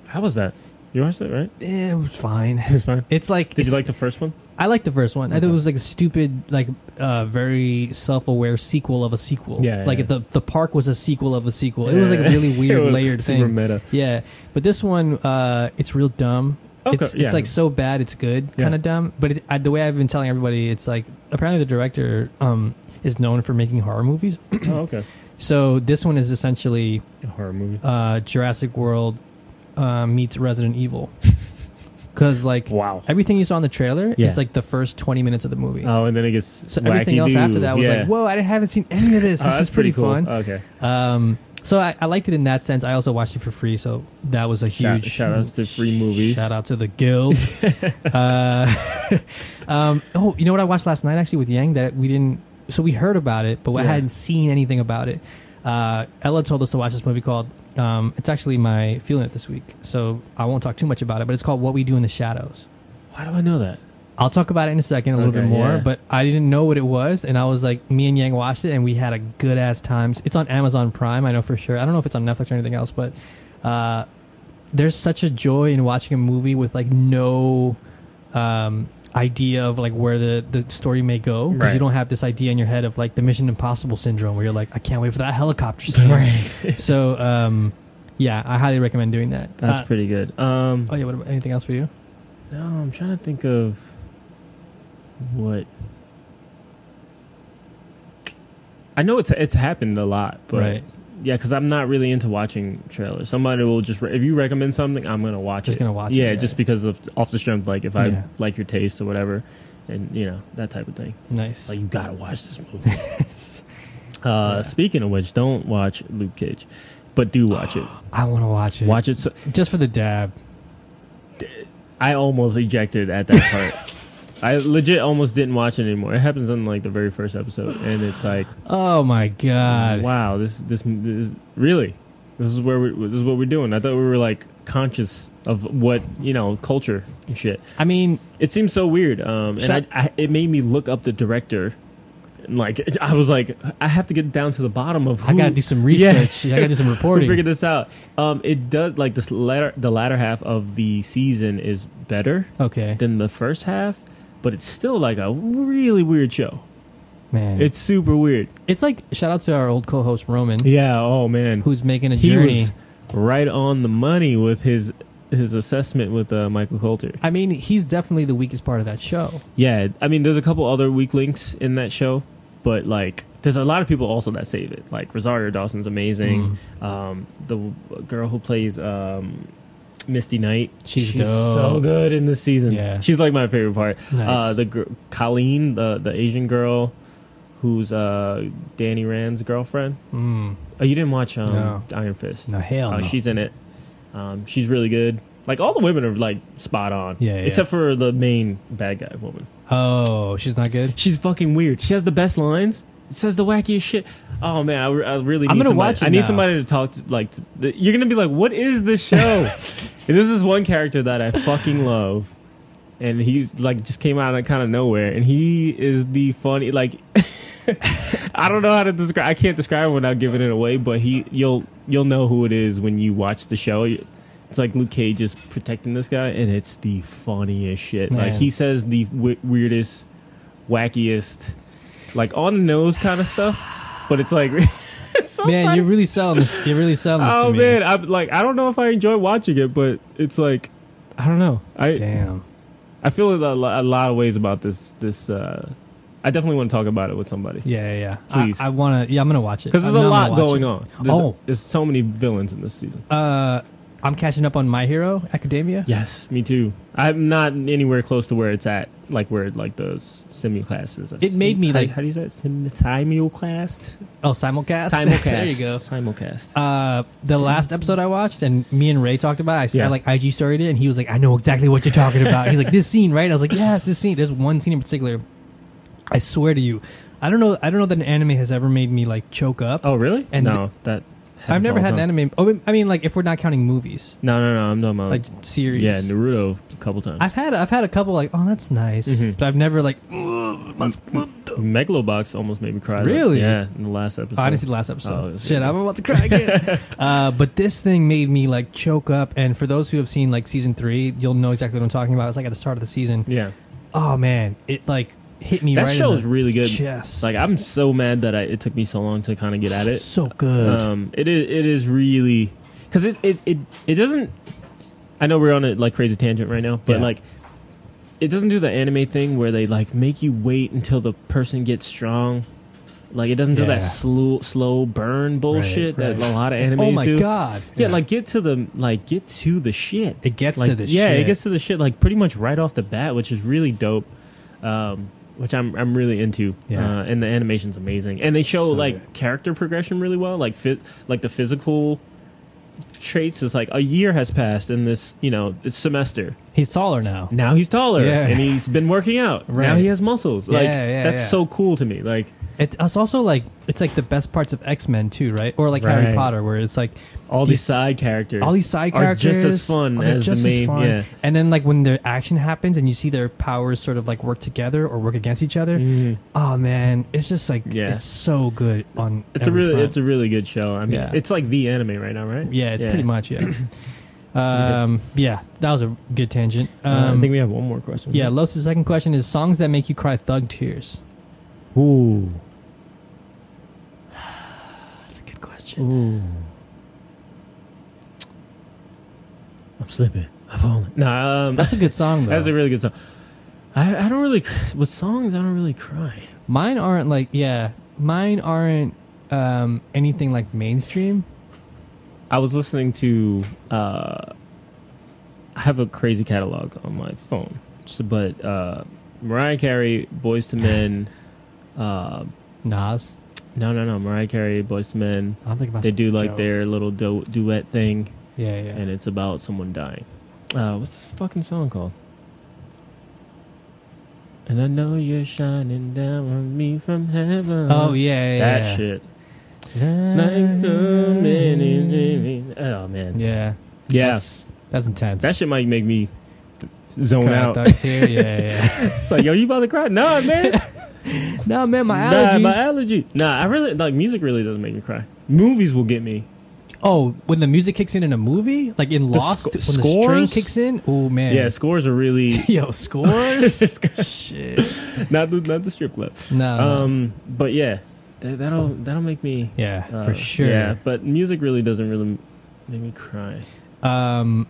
Speaker 2: how was that? You watched that, right?
Speaker 1: Eh, It was fine.
Speaker 2: It's fine.
Speaker 1: It's like
Speaker 2: Did
Speaker 1: it's,
Speaker 2: you like the first one?
Speaker 1: I like the first one. I think
Speaker 2: Okay.
Speaker 1: it was like a stupid, like uh, very self-aware sequel of a sequel.
Speaker 2: Yeah,
Speaker 1: like
Speaker 2: yeah.
Speaker 1: the the park was a sequel of a sequel. It was like a
Speaker 2: Yeah. [laughs]
Speaker 1: really
Speaker 2: It
Speaker 1: weird
Speaker 2: was
Speaker 1: layered
Speaker 2: super
Speaker 1: thing.
Speaker 2: meta.
Speaker 1: Yeah, but this one, uh, it's real dumb.
Speaker 2: Okay,
Speaker 1: it's,
Speaker 2: yeah.
Speaker 1: it's like so bad it's good,
Speaker 2: Yeah.
Speaker 1: kind of dumb. But it, I, the way I've been telling everybody, it's like apparently the director um, is known for making horror movies.
Speaker 2: oh, okay.
Speaker 1: So this one is essentially
Speaker 2: A horror movie.
Speaker 1: [laughs] uh, Jurassic World uh, meets Resident Evil. because like
Speaker 2: Wow.
Speaker 1: everything you saw in the trailer
Speaker 2: Yeah.
Speaker 1: is like the first twenty minutes of the movie.
Speaker 2: Oh, and then it gets
Speaker 1: so everything
Speaker 2: wacky
Speaker 1: else
Speaker 2: dude.
Speaker 1: after that was
Speaker 2: yeah.
Speaker 1: like, whoa, I haven't seen any of
Speaker 2: [laughs]
Speaker 1: this. This
Speaker 2: Oh, that's
Speaker 1: is pretty,
Speaker 2: cool.
Speaker 1: fun.
Speaker 2: Okay,
Speaker 1: Um, so I, I liked it in that sense. I also watched it for free, so that was a
Speaker 2: Shout-
Speaker 1: huge
Speaker 2: shout outs to free movies.
Speaker 1: Shout out to the
Speaker 2: [laughs]
Speaker 1: guild. uh, [laughs] um, oh, you know what I watched last night actually with Yang that we didn't. So we heard about it, but we
Speaker 2: Yeah.
Speaker 1: hadn't seen anything about it. Uh, Ella told us to watch this movie called. Um, it's actually my feeling it this week, so I won't talk too much about it. But it's called What We Do in the Shadows.
Speaker 2: why do I know that?
Speaker 1: I'll talk about it in a second, a little
Speaker 2: Okay,
Speaker 1: bit more.
Speaker 2: yeah.
Speaker 1: But I didn't know what it was, and I was like, me and Yang watched it, and we had a good ass time. It's on Amazon Prime, I know for sure. I don't know if it's on Netflix or anything else, but uh, there's such a joy in watching a movie with like no um, idea of like where the the story may go because
Speaker 2: Right.
Speaker 1: you don't have this idea in your head of like the Mission Impossible syndrome where you're like, I can't wait for that helicopter
Speaker 2: [laughs]
Speaker 1: scene. [laughs] so, um, yeah, I highly recommend doing that.
Speaker 2: That's
Speaker 1: Uh,
Speaker 2: pretty good. Um,
Speaker 1: oh yeah, what about anything else for you?
Speaker 2: no, I'm trying to think of what. I know it's it's happened a lot, but
Speaker 1: right,
Speaker 2: yeah, because I'm not really into watching trailers. Somebody will just re- if you recommend something, I'm gonna watch
Speaker 1: Just
Speaker 2: it.
Speaker 1: gonna watch it,
Speaker 2: yeah,
Speaker 1: yeah.
Speaker 2: just because of off the strength, like if I
Speaker 1: Yeah.
Speaker 2: like your taste or whatever, and you know that type of thing.
Speaker 1: nice.
Speaker 2: Like you gotta watch
Speaker 1: [laughs]
Speaker 2: this movie. uh,
Speaker 1: Yeah.
Speaker 2: Speaking of which, don't watch Luke Cage, but do watch it.
Speaker 1: I want to watch it.
Speaker 2: Watch it. So,
Speaker 1: Just for the dab.
Speaker 2: I almost ejected at that
Speaker 1: [laughs]
Speaker 2: part. I legit almost didn't watch it anymore. It happens on like the very first episode, and it's like,
Speaker 1: Oh my god.
Speaker 2: wow, this this, this really, this is where we this is what we're doing. I thought we were like conscious of what you know culture and shit.
Speaker 1: I mean,
Speaker 2: It seems so weird, um, and
Speaker 1: Shut-
Speaker 2: I, I, it made me look up the director. And like I was like, I have to get down to the bottom of. Who,
Speaker 1: I gotta do some
Speaker 2: Yeah.
Speaker 1: research. I
Speaker 2: [laughs]
Speaker 1: gotta do some
Speaker 2: Let me figure
Speaker 1: reporting.
Speaker 2: this out. Um, it does like this latter the latter half of the season is better
Speaker 1: Okay,
Speaker 2: than the first half, but it's still like a really weird show.
Speaker 1: man. It's
Speaker 2: It's super weird.
Speaker 1: it's like shout out to our old co-host Roman,
Speaker 2: Yeah. Oh man,
Speaker 1: who's making a
Speaker 2: he
Speaker 1: journey.
Speaker 2: was right on the money with his his assessment with uh, Michael Coulter.
Speaker 1: I mean, he's definitely the weakest part of that show.
Speaker 2: Yeah, I mean, there's a couple other weak links in that show, but like, there's a lot of people also that save it. Like Rosario Dawson's
Speaker 1: Mm.
Speaker 2: amazing. Um, the w- girl who plays um, Misty Knight,
Speaker 1: She's dope.
Speaker 2: so good in this season.
Speaker 1: Yeah.
Speaker 2: she's like my favorite part.
Speaker 1: Nice.
Speaker 2: Uh, the gr- Colleen, the the Asian girl, who's uh, Danny Rand's girlfriend.
Speaker 1: Mm.
Speaker 2: Oh, you didn't watch um,
Speaker 1: No.
Speaker 2: Iron Fist?
Speaker 1: hell
Speaker 2: Uh, She's in it. Um, she's really good. Like all the women are like spot on.
Speaker 1: Yeah, yeah.
Speaker 2: Except for the main bad guy woman.
Speaker 1: oh, she's not good.
Speaker 2: She's fucking weird. She has the best lines. Says the wackiest shit. Oh man, I, re- I really. Need
Speaker 1: I'm gonna
Speaker 2: somebody.
Speaker 1: watch it
Speaker 2: I need
Speaker 1: now.
Speaker 2: somebody to talk to. Like to, th- you're gonna be like, what is this
Speaker 1: [laughs]
Speaker 2: show? and this is one character that I fucking love, and he's like just came out of kind of nowhere, and he is the funny like. I don't know how to describe. I can't describe him without giving it away, but he you'll you'll know who it is when you watch the show. It's like Luke Cage is protecting this guy, and it's the funniest shit. Like
Speaker 1: Man.
Speaker 2: he says the w- weirdest wackiest, like on the nose kind of stuff. But it's like, [laughs] it's so
Speaker 1: Man,
Speaker 2: funny.
Speaker 1: you're really selling this. You're really selling this
Speaker 2: oh
Speaker 1: to me.
Speaker 2: man, I'm like I don't know if I enjoy watching it, but it's like I don't know. I
Speaker 1: Damn.
Speaker 2: I feel a, lo- a lot of ways about this. This uh, I definitely want to talk about it with somebody
Speaker 1: Yeah, yeah. yeah.
Speaker 2: Please.
Speaker 1: I, I wanna. Yeah, I'm gonna watch it
Speaker 2: because there's
Speaker 1: I'm
Speaker 2: a
Speaker 1: gonna
Speaker 2: lot
Speaker 1: watch
Speaker 2: going
Speaker 1: it.
Speaker 2: on. There's,
Speaker 1: Oh.
Speaker 2: there's so many villains in this season.
Speaker 1: Uh, I'm catching up on My Hero Academia.
Speaker 2: Yes, me too. I'm not anywhere close to where it's at, like where like the semi classes.
Speaker 1: It made me, like-
Speaker 2: how, do you say it? Simulcast.
Speaker 1: Oh, simulcast. [laughs]
Speaker 2: Simulcast.
Speaker 1: there you go.
Speaker 2: Simulcast.
Speaker 1: Uh, the last episode I watched, and me and Ray talked about. It, I,
Speaker 2: Yeah.
Speaker 1: I like IG storied it, and he was like, "I know exactly what you're talking about." He's like, "This scene, right?" I was like, "Yes, this scene." There's one scene in particular. I swear to you, I don't know. I don't know that an anime has ever made me like choke up.
Speaker 2: Oh, really?
Speaker 1: And
Speaker 2: no, that
Speaker 1: I've
Speaker 2: happens
Speaker 1: never
Speaker 2: all
Speaker 1: had
Speaker 2: the time.
Speaker 1: an anime. Oh, I mean, like if we're not counting movies,
Speaker 2: No, no, no. I'm talking about
Speaker 1: like series.
Speaker 2: yeah, Naruto a couple times.
Speaker 1: I've had I've had a couple like, oh, that's nice,
Speaker 2: Mhm.
Speaker 1: but I've never like.
Speaker 2: Megalobox almost made me cry. though.
Speaker 1: Really?
Speaker 2: Yeah, in the last episode.
Speaker 1: Oh, I didn't see the last episode.
Speaker 2: Oh, okay.
Speaker 1: Shit, I'm about to cry
Speaker 2: [laughs]
Speaker 1: again. uh, but this thing made me like choke up. And for those who have seen like season three, you'll know exactly what I'm talking about. It's like at the start of the season.
Speaker 2: yeah,
Speaker 1: Oh man, it like hit me
Speaker 2: that
Speaker 1: right
Speaker 2: show
Speaker 1: in
Speaker 2: is
Speaker 1: the
Speaker 2: really good.
Speaker 1: chest.
Speaker 2: Like, I'm so mad that I, it took me so long to kind of get at it.
Speaker 1: so good.
Speaker 2: Um, it is, it is really because it, it it it doesn't. I know we're on a like crazy tangent right now, but
Speaker 1: Yeah.
Speaker 2: like. It doesn't do the anime thing where they like make you wait until the person gets strong Like it doesn't do
Speaker 1: Yeah.
Speaker 2: that slow slow burn bullshit
Speaker 1: right.
Speaker 2: that a lot of animes
Speaker 1: oh my
Speaker 2: do.
Speaker 1: god!
Speaker 2: Yeah, like get to the like get to the shit.
Speaker 1: It gets
Speaker 2: like,
Speaker 1: to the
Speaker 2: yeah,
Speaker 1: shit.
Speaker 2: it gets to the shit like pretty much right off the bat, which is really dope. Um, which I'm I'm really into.
Speaker 1: Yeah.
Speaker 2: Uh, and the animation's amazing, and they show
Speaker 1: So
Speaker 2: like
Speaker 1: good.
Speaker 2: character progression really well. Like fit like the physical traits. It's like a year has passed in this you know this semester.
Speaker 1: he's taller now.
Speaker 2: Now he's taller,
Speaker 1: Yeah.
Speaker 2: and he's been working out.
Speaker 1: Right.
Speaker 2: Now he has muscles. Like
Speaker 1: Yeah, yeah,
Speaker 2: that's
Speaker 1: yeah.
Speaker 2: so cool to me. Like
Speaker 1: It, it's also like it's like the best parts of X Men too, right? Or like Harry
Speaker 2: Right.
Speaker 1: Potter, where it's like
Speaker 2: all
Speaker 1: these
Speaker 2: these side characters,
Speaker 1: all these side
Speaker 2: are
Speaker 1: characters
Speaker 2: just as fun
Speaker 1: oh, they're
Speaker 2: as
Speaker 1: just
Speaker 2: the main.
Speaker 1: fun.
Speaker 2: Yeah.
Speaker 1: And then like when their action happens and you see their powers sort of like work together or work against each other.
Speaker 2: Mhm.
Speaker 1: Oh man, it's just like
Speaker 2: Yeah.
Speaker 1: it's so good on.
Speaker 2: It's a
Speaker 1: every
Speaker 2: really
Speaker 1: front.
Speaker 2: it's a really good show. I mean,
Speaker 1: Yeah.
Speaker 2: it's like the anime right now, right?
Speaker 1: yeah, it's pretty much
Speaker 2: [clears throat]
Speaker 1: yeah. um, yeah, that was a good tangent.
Speaker 2: Uh,
Speaker 1: Um,
Speaker 2: I think we have one more question.
Speaker 1: yeah, Los. The second question is songs that make you cry thug tears.
Speaker 2: Ooh.
Speaker 1: [sighs] That's a good question.
Speaker 2: Ooh. I'm slipping. I've fallen. Nah, um,
Speaker 1: That's a good song though.
Speaker 2: [laughs] that's a really good song. I, I don't really with songs. I don't really cry.
Speaker 1: Mine aren't like yeah. Mine aren't um, anything like mainstream.
Speaker 2: I was listening to. Uh, I have a crazy catalog on my phone, so, but uh, Mariah Carey, Boys to Men. Uh,
Speaker 1: Nas.
Speaker 2: no, no, no. Mariah Carey, Boys to Men.
Speaker 1: I'm thinking about
Speaker 2: they
Speaker 1: some
Speaker 2: do like
Speaker 1: Joe.
Speaker 2: their little du- duet thing,
Speaker 1: yeah yeah.
Speaker 2: and it's about someone dying. Uh, what's this fucking song called? And I know you're shining down on me from heaven.
Speaker 1: oh yeah yeah.
Speaker 2: that
Speaker 1: yeah.
Speaker 2: shit. Thanks to many, many- Oh man,
Speaker 1: Yeah.
Speaker 2: yeah,
Speaker 1: That's, that's intense.
Speaker 2: that shit might make me th- zone
Speaker 1: Cry
Speaker 2: out.
Speaker 1: thugs here, Yeah,
Speaker 2: [laughs]
Speaker 1: yeah.
Speaker 2: it's like, yo, you about to cry?
Speaker 1: [laughs]
Speaker 2: Nah, man,
Speaker 1: no, man, my
Speaker 2: Nah,
Speaker 1: allergies.
Speaker 2: my allergy. Nah, I really like music. Really doesn't make me cry. Movies will get me.
Speaker 1: oh, when the music kicks in in a movie, like in
Speaker 2: The
Speaker 1: Lost,
Speaker 2: sc-
Speaker 1: when the string
Speaker 2: scores?
Speaker 1: kicks in. Oh man.
Speaker 2: Yeah, scores are really
Speaker 1: [laughs] Yo,
Speaker 2: [laughs]
Speaker 1: scores. Shit.
Speaker 2: not the not the strip club.
Speaker 1: [laughs] No. no.
Speaker 2: Um, but yeah, that, that'll that'll make me
Speaker 1: yeah,
Speaker 2: uh,
Speaker 1: for sure.
Speaker 2: Yeah, but music really doesn't really make me cry.
Speaker 1: Um,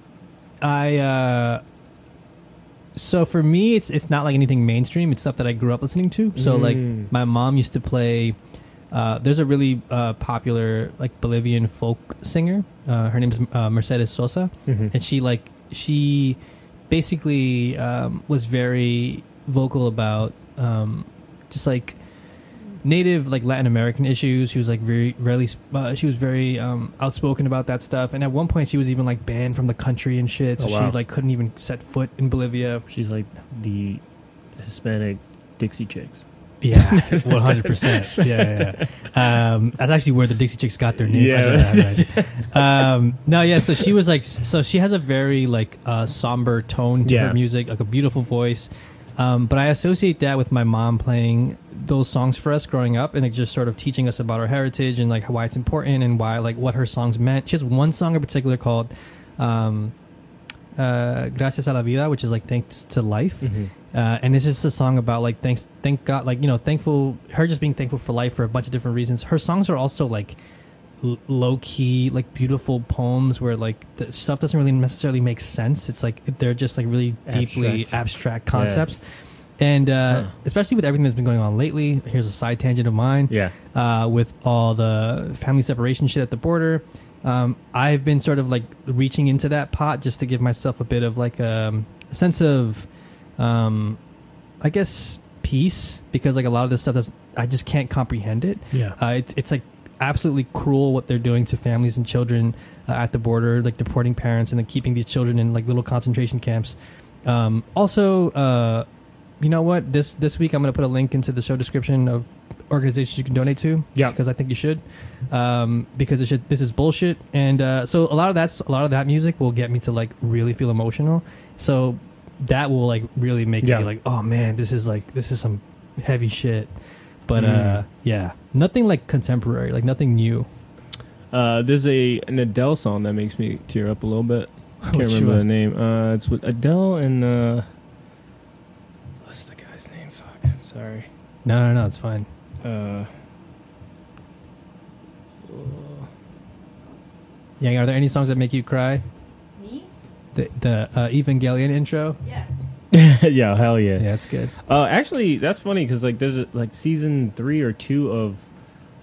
Speaker 1: I uh, so for me, it's it's not like anything mainstream. It's stuff that I grew up listening to. So
Speaker 2: Mm.
Speaker 1: like my mom used to play. Uh, there's a really uh, popular like Bolivian folk singer. Uh, her name's uh, Mercedes Sosa,
Speaker 2: Mm-hmm.
Speaker 1: and she like she basically um, was very vocal about um, just like native like Latin American issues. She was like very rarely. Uh, she was very um, outspoken about that stuff. And at one point, she was even like banned from the country and shit. So
Speaker 2: Oh, wow.
Speaker 1: she like couldn't even set foot in Bolivia.
Speaker 2: She's like the Hispanic Dixie Chicks. [laughs]
Speaker 1: Yeah, one hundred percent. Yeah, yeah, yeah. Um, that's actually where the Dixie Chicks got their name.
Speaker 2: Yeah.
Speaker 1: from. Yeah, right. um, no, yeah. So she was like, so she has a very like uh, somber tone to
Speaker 2: Yeah.
Speaker 1: her music, like a beautiful voice. Um, but I associate that with my mom playing those songs for us growing up, and like just sort of teaching us about our heritage and like why it's important and why like what her songs meant. She has one song in particular called um, uh, "Gracias a la Vida," which is like thanks to life uh, and it's just a song about like thanks thank god like you know thankful her just being thankful for life for a bunch of different reasons her songs are also like l- low-key like beautiful poems where like the stuff doesn't really necessarily make sense it's like they're just like really deeply
Speaker 2: Abstract.
Speaker 1: abstract concepts and uh,
Speaker 2: Huh.
Speaker 1: especially with everything that's been going on lately here's a side tangent of mine
Speaker 2: Yeah,
Speaker 1: uh, with all the family separation shit at the border. Um, I've been sort of like reaching into that pot just to give myself a bit of like um, a sense of, um, I guess, peace because like a lot of this stuff that's I just can't comprehend it.
Speaker 2: yeah.
Speaker 1: Uh, it's it's like absolutely cruel what they're doing to families and children uh, at the border, like deporting parents and then keeping these children in like little concentration camps. Um, also, uh, you know what? This this week I'm going to put a link into the show description of organizations you can donate to.
Speaker 2: Yeah.
Speaker 1: because I think you should. Um, because it should, this is bullshit, and uh, so a lot of that's a lot of that music will get me to like really feel emotional. So that will like really make
Speaker 2: Yeah.
Speaker 1: me like, oh man, this is like this is some heavy shit. But uh,
Speaker 2: Mm.
Speaker 1: yeah, nothing like contemporary, like nothing new.
Speaker 2: Uh, there's a an Adele song that makes me tear up a little bit. I can't
Speaker 1: Which
Speaker 2: remember
Speaker 1: one?
Speaker 2: the name. Uh, it's with Adele and uh, what's the guy's name? Fuck, sorry.
Speaker 1: No, no, no, it's fine. [laughs]
Speaker 2: Uh, [laughs]
Speaker 1: Yang, are there any songs that make you cry?
Speaker 3: Me?
Speaker 1: The the uh, Evangelion intro.
Speaker 3: Yeah.
Speaker 2: yeah, hell yeah.
Speaker 1: Yeah, it's good.
Speaker 2: Uh, actually, that's funny because like there's like season three or two of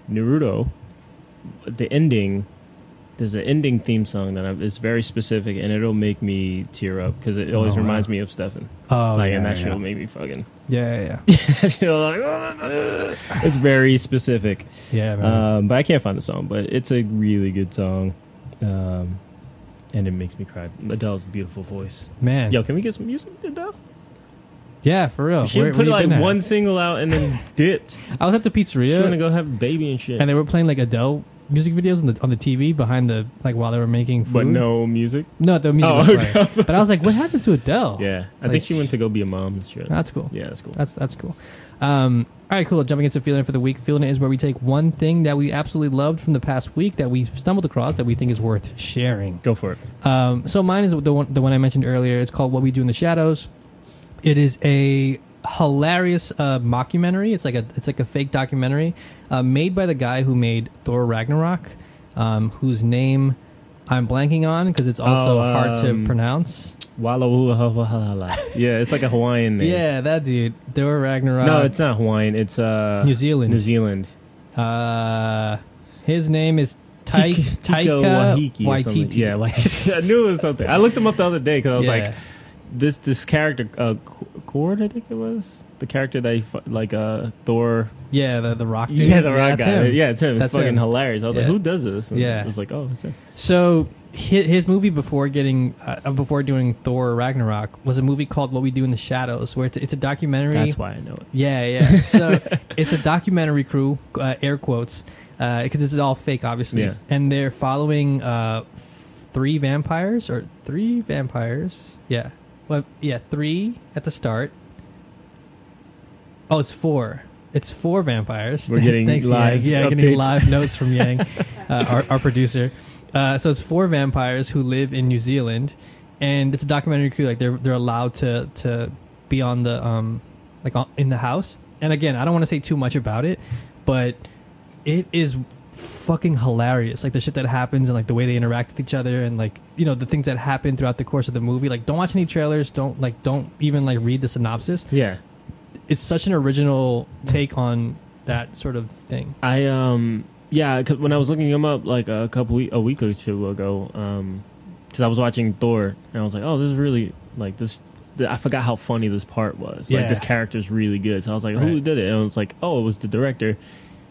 Speaker 2: Naruto. The ending, there's an ending theme song that I, is very specific, and it'll make me tear up because it always
Speaker 1: Oh, wow.
Speaker 2: reminds me of Stefan.
Speaker 1: Oh,
Speaker 2: like,
Speaker 1: yeah,
Speaker 2: and that shit
Speaker 1: yeah.
Speaker 2: will make me fucking. [laughs]
Speaker 1: yeah, [laughs] yeah,
Speaker 2: that shit'll, like, [laughs] "Ugh." it's very specific.
Speaker 1: yeah, man.
Speaker 2: Um, but I can't find the song, but it's a really good song. Um, and it makes me cry. Adele's beautiful voice.
Speaker 1: man.
Speaker 2: Yo, can we get some music, Adele?
Speaker 1: yeah, for real.
Speaker 2: She
Speaker 1: Oh, Where-
Speaker 2: put
Speaker 1: where you
Speaker 2: like
Speaker 1: been at?
Speaker 2: one single out and then [laughs] dipped.
Speaker 1: I was at the
Speaker 2: She wanna
Speaker 1: pizzeria,
Speaker 2: go have a baby and shit.
Speaker 1: and they were playing like Adele music videos on the on the TV behind the like while they were making food.
Speaker 2: but no music.
Speaker 1: no, the music.
Speaker 2: Oh,
Speaker 1: was
Speaker 2: [laughs] okay.
Speaker 1: playing. But I was like, what happened to Adele?
Speaker 2: Yeah, I
Speaker 1: Like- Uh,
Speaker 2: think she went to go be a mom and shit.
Speaker 1: that's cool.
Speaker 2: Yeah, that's cool.
Speaker 1: That's that's cool. Um, all right, cool. Jumping into feeling it for the week. Feeling it is where we take one thing that we absolutely loved from the past week that we stumbled across that we think is worth sharing.
Speaker 2: Go for it.
Speaker 1: Um, so mine is the one the one I mentioned earlier. It's called What We Do in the Shadows. It is a hilarious uh, mockumentary. It's like a it's like a fake documentary uh, made by the guy who made Thor Ragnarok, um, whose name I'm blanking on because it's also
Speaker 2: Oh,
Speaker 1: hard to
Speaker 2: um,
Speaker 1: pronounce.
Speaker 2: Walla woo ha wa ha la la. Yeah, it's like a Hawaiian name.
Speaker 1: Yeah, that dude, Thor Ragnarok.
Speaker 2: No, it's not Hawaiian. It's uh
Speaker 1: New Zealand.
Speaker 2: New Zealand.
Speaker 1: Uh, his name is Tai-
Speaker 2: Tika- Tika
Speaker 1: Taika
Speaker 2: Waititi or something.
Speaker 1: Waititi.
Speaker 2: Yeah, Waititi. [laughs] I knew it was something. I looked him up the other day because I was
Speaker 1: Yeah.
Speaker 2: like, this this character, uh, Qu- Cord, I think it was the character that he fu- like uh Thor.
Speaker 1: yeah, the the rock. Dude.
Speaker 2: Yeah, the rock
Speaker 1: that's
Speaker 2: guy.
Speaker 1: him.
Speaker 2: Yeah, it's him. It's
Speaker 1: That's
Speaker 2: fucking
Speaker 1: him.
Speaker 2: hilarious. I was
Speaker 1: Yeah.
Speaker 2: like, who does this? And
Speaker 1: Yeah.
Speaker 2: I was like, oh, it's him.
Speaker 1: So his, his movie before getting uh, before doing Thor Ragnarok was a movie called What We Do in the Shadows, where it's, it's a documentary.
Speaker 2: That's why I know it.
Speaker 1: Yeah,
Speaker 2: [laughs]
Speaker 1: yeah. So it's a documentary crew, uh, air quotes, because this is all fake, obviously.
Speaker 2: Yeah.
Speaker 1: And they're following uh, f- three vampires or three vampires. Yeah. Well, yeah, three at the start. Oh, it's four. It's four vampires.
Speaker 2: We're
Speaker 1: [laughs]
Speaker 2: getting
Speaker 1: Thanks,
Speaker 2: live
Speaker 1: Yang. Yeah, getting
Speaker 2: updates.
Speaker 1: live notes
Speaker 2: [laughs]
Speaker 1: from Yang, uh, our, our producer. Uh, so it's four vampires who live in New Zealand, and it's a documentary crew. Like they're they're allowed to to be on the um like on, in the house. And again, I don't want to say too much about it, but it is fucking hilarious. Like the shit that happens and like the way they interact with each other and like you know the things that happen throughout the course of the movie. Like don't watch any trailers. Don't like don't even like read the synopsis.
Speaker 2: Yeah.
Speaker 1: It's such an original take on that sort of thing.
Speaker 2: I um yeah, 'cause when I was looking him up like a couple we- a week or two ago, um, because I was watching Thor and I was like, oh, this is really like this. th- I forgot how funny this part was.
Speaker 1: Yeah.
Speaker 2: Like this character's really good. So I was like, who
Speaker 1: Right.
Speaker 2: did it? And I was like, oh, it was the director.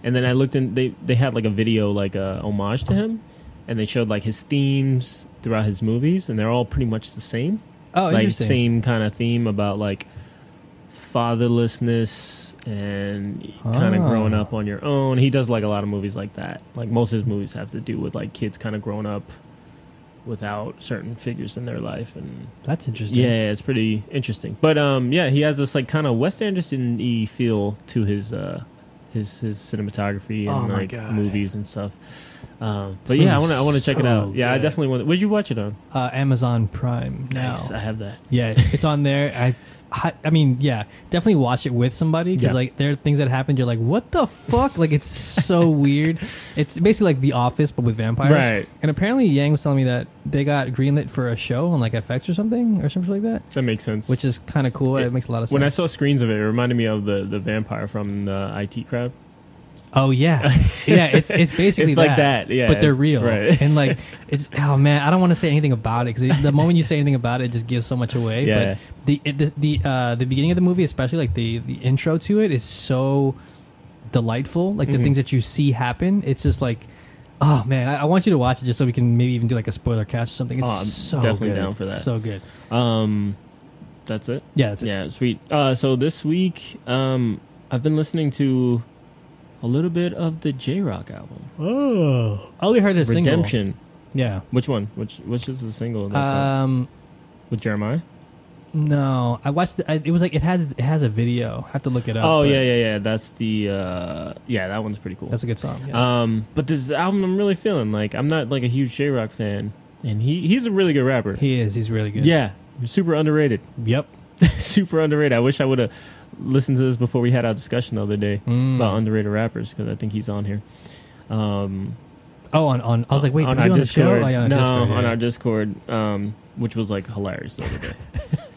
Speaker 2: And then I looked in. They they had like a video like a homage to him, and they showed like his themes throughout his movies, and they're all pretty much the same
Speaker 1: Oh,
Speaker 2: like
Speaker 1: interesting.
Speaker 2: same kind of theme about like fatherlessness and kind of
Speaker 1: Ah.
Speaker 2: growing up on your own. He does like a lot of movies like that. Like most of his movies have to do with like kids kind of growing up without certain figures in their life and
Speaker 1: That's interesting.
Speaker 2: yeah, it's pretty interesting. But um yeah, he has this like kind of West Anderson y feel to his uh his his cinematography
Speaker 1: Oh
Speaker 2: and
Speaker 1: my
Speaker 2: like
Speaker 1: God.
Speaker 2: movies and stuff. Um,
Speaker 1: This
Speaker 2: but yeah, I want
Speaker 1: movie's
Speaker 2: to I want to check it
Speaker 1: so
Speaker 2: out. Yeah, I
Speaker 1: good.
Speaker 2: definitely want. Where'd you watch it on?
Speaker 1: Uh, Amazon Prime. Now.
Speaker 2: Nice, I have that.
Speaker 1: Yeah, it's on there. I, I, I mean, yeah, definitely watch it with somebody because
Speaker 2: Yeah.
Speaker 1: like there are things that happen. You're like, what the fuck? like it's
Speaker 2: [laughs]
Speaker 1: so weird. It's basically like The Office but with vampires.
Speaker 2: Right.
Speaker 1: And apparently Yang was telling me that they got greenlit for a show on like FX or something or something like that,
Speaker 2: That makes sense.
Speaker 1: which is kind of cool. It,
Speaker 2: It-
Speaker 1: makes a lot of sense.
Speaker 2: When I saw screens of it, it reminded me of the, the vampire from the IT crowd.
Speaker 1: oh
Speaker 2: [laughs]
Speaker 1: yeah, yeah, it's it's basically
Speaker 2: it's like that, yeah.
Speaker 1: but they're
Speaker 2: it's-
Speaker 1: real, [laughs]
Speaker 2: right?
Speaker 1: and
Speaker 2: [laughs]
Speaker 1: like it's oh man, I don't want to say anything about it because the moment you say anything about it, it just gives so much away.
Speaker 2: Yeah.
Speaker 1: But the it- the the, uh, the beginning of the movie, especially like the the intro to it, is so delightful. Like the
Speaker 2: Mhm.
Speaker 1: things that you see happen, it's just like. Oh man, I, I want you to watch it just so we can maybe even do like a spoiler catch or something. It's
Speaker 2: Oh, I'm
Speaker 1: so
Speaker 2: definitely
Speaker 1: good.
Speaker 2: down for that.
Speaker 1: So good.
Speaker 2: Um, that's it.
Speaker 1: Yeah, that's it.
Speaker 2: Yeah, sweet. Uh, so this week, um, I've been listening to a little bit of the J Rock album,
Speaker 1: Oh, I only heard a single.
Speaker 2: Redemption.
Speaker 1: Yeah.
Speaker 2: Which one? Which which is the single that's out?
Speaker 1: Um,
Speaker 2: with Jeremiah?
Speaker 1: no, I watched. The, I, it was like it has it has a video. I have to look it up.
Speaker 2: oh
Speaker 1: but
Speaker 2: yeah, yeah, yeah. That's the uh, yeah. That one's pretty cool.
Speaker 1: that's a good song. Yeah.
Speaker 2: um, but this album, I'm really feeling like I'm not like a huge J Rock fan, and he he's a really good rapper.
Speaker 1: He is. He's really good.
Speaker 2: yeah, super underrated.
Speaker 1: Yep.
Speaker 2: super underrated. I wish I would have listened to this before we had our discussion the other day
Speaker 1: Mm.
Speaker 2: about underrated rappers because I think he's on here. Um,
Speaker 1: oh, on, on. I was like, wait,
Speaker 2: on
Speaker 1: did
Speaker 2: our
Speaker 1: you on the show?
Speaker 2: Discord,
Speaker 1: Oh, yeah, on
Speaker 2: no,
Speaker 1: Discord, yeah,
Speaker 2: on
Speaker 1: yeah. [laughs]
Speaker 2: our Discord, um, which was like hilarious the other day.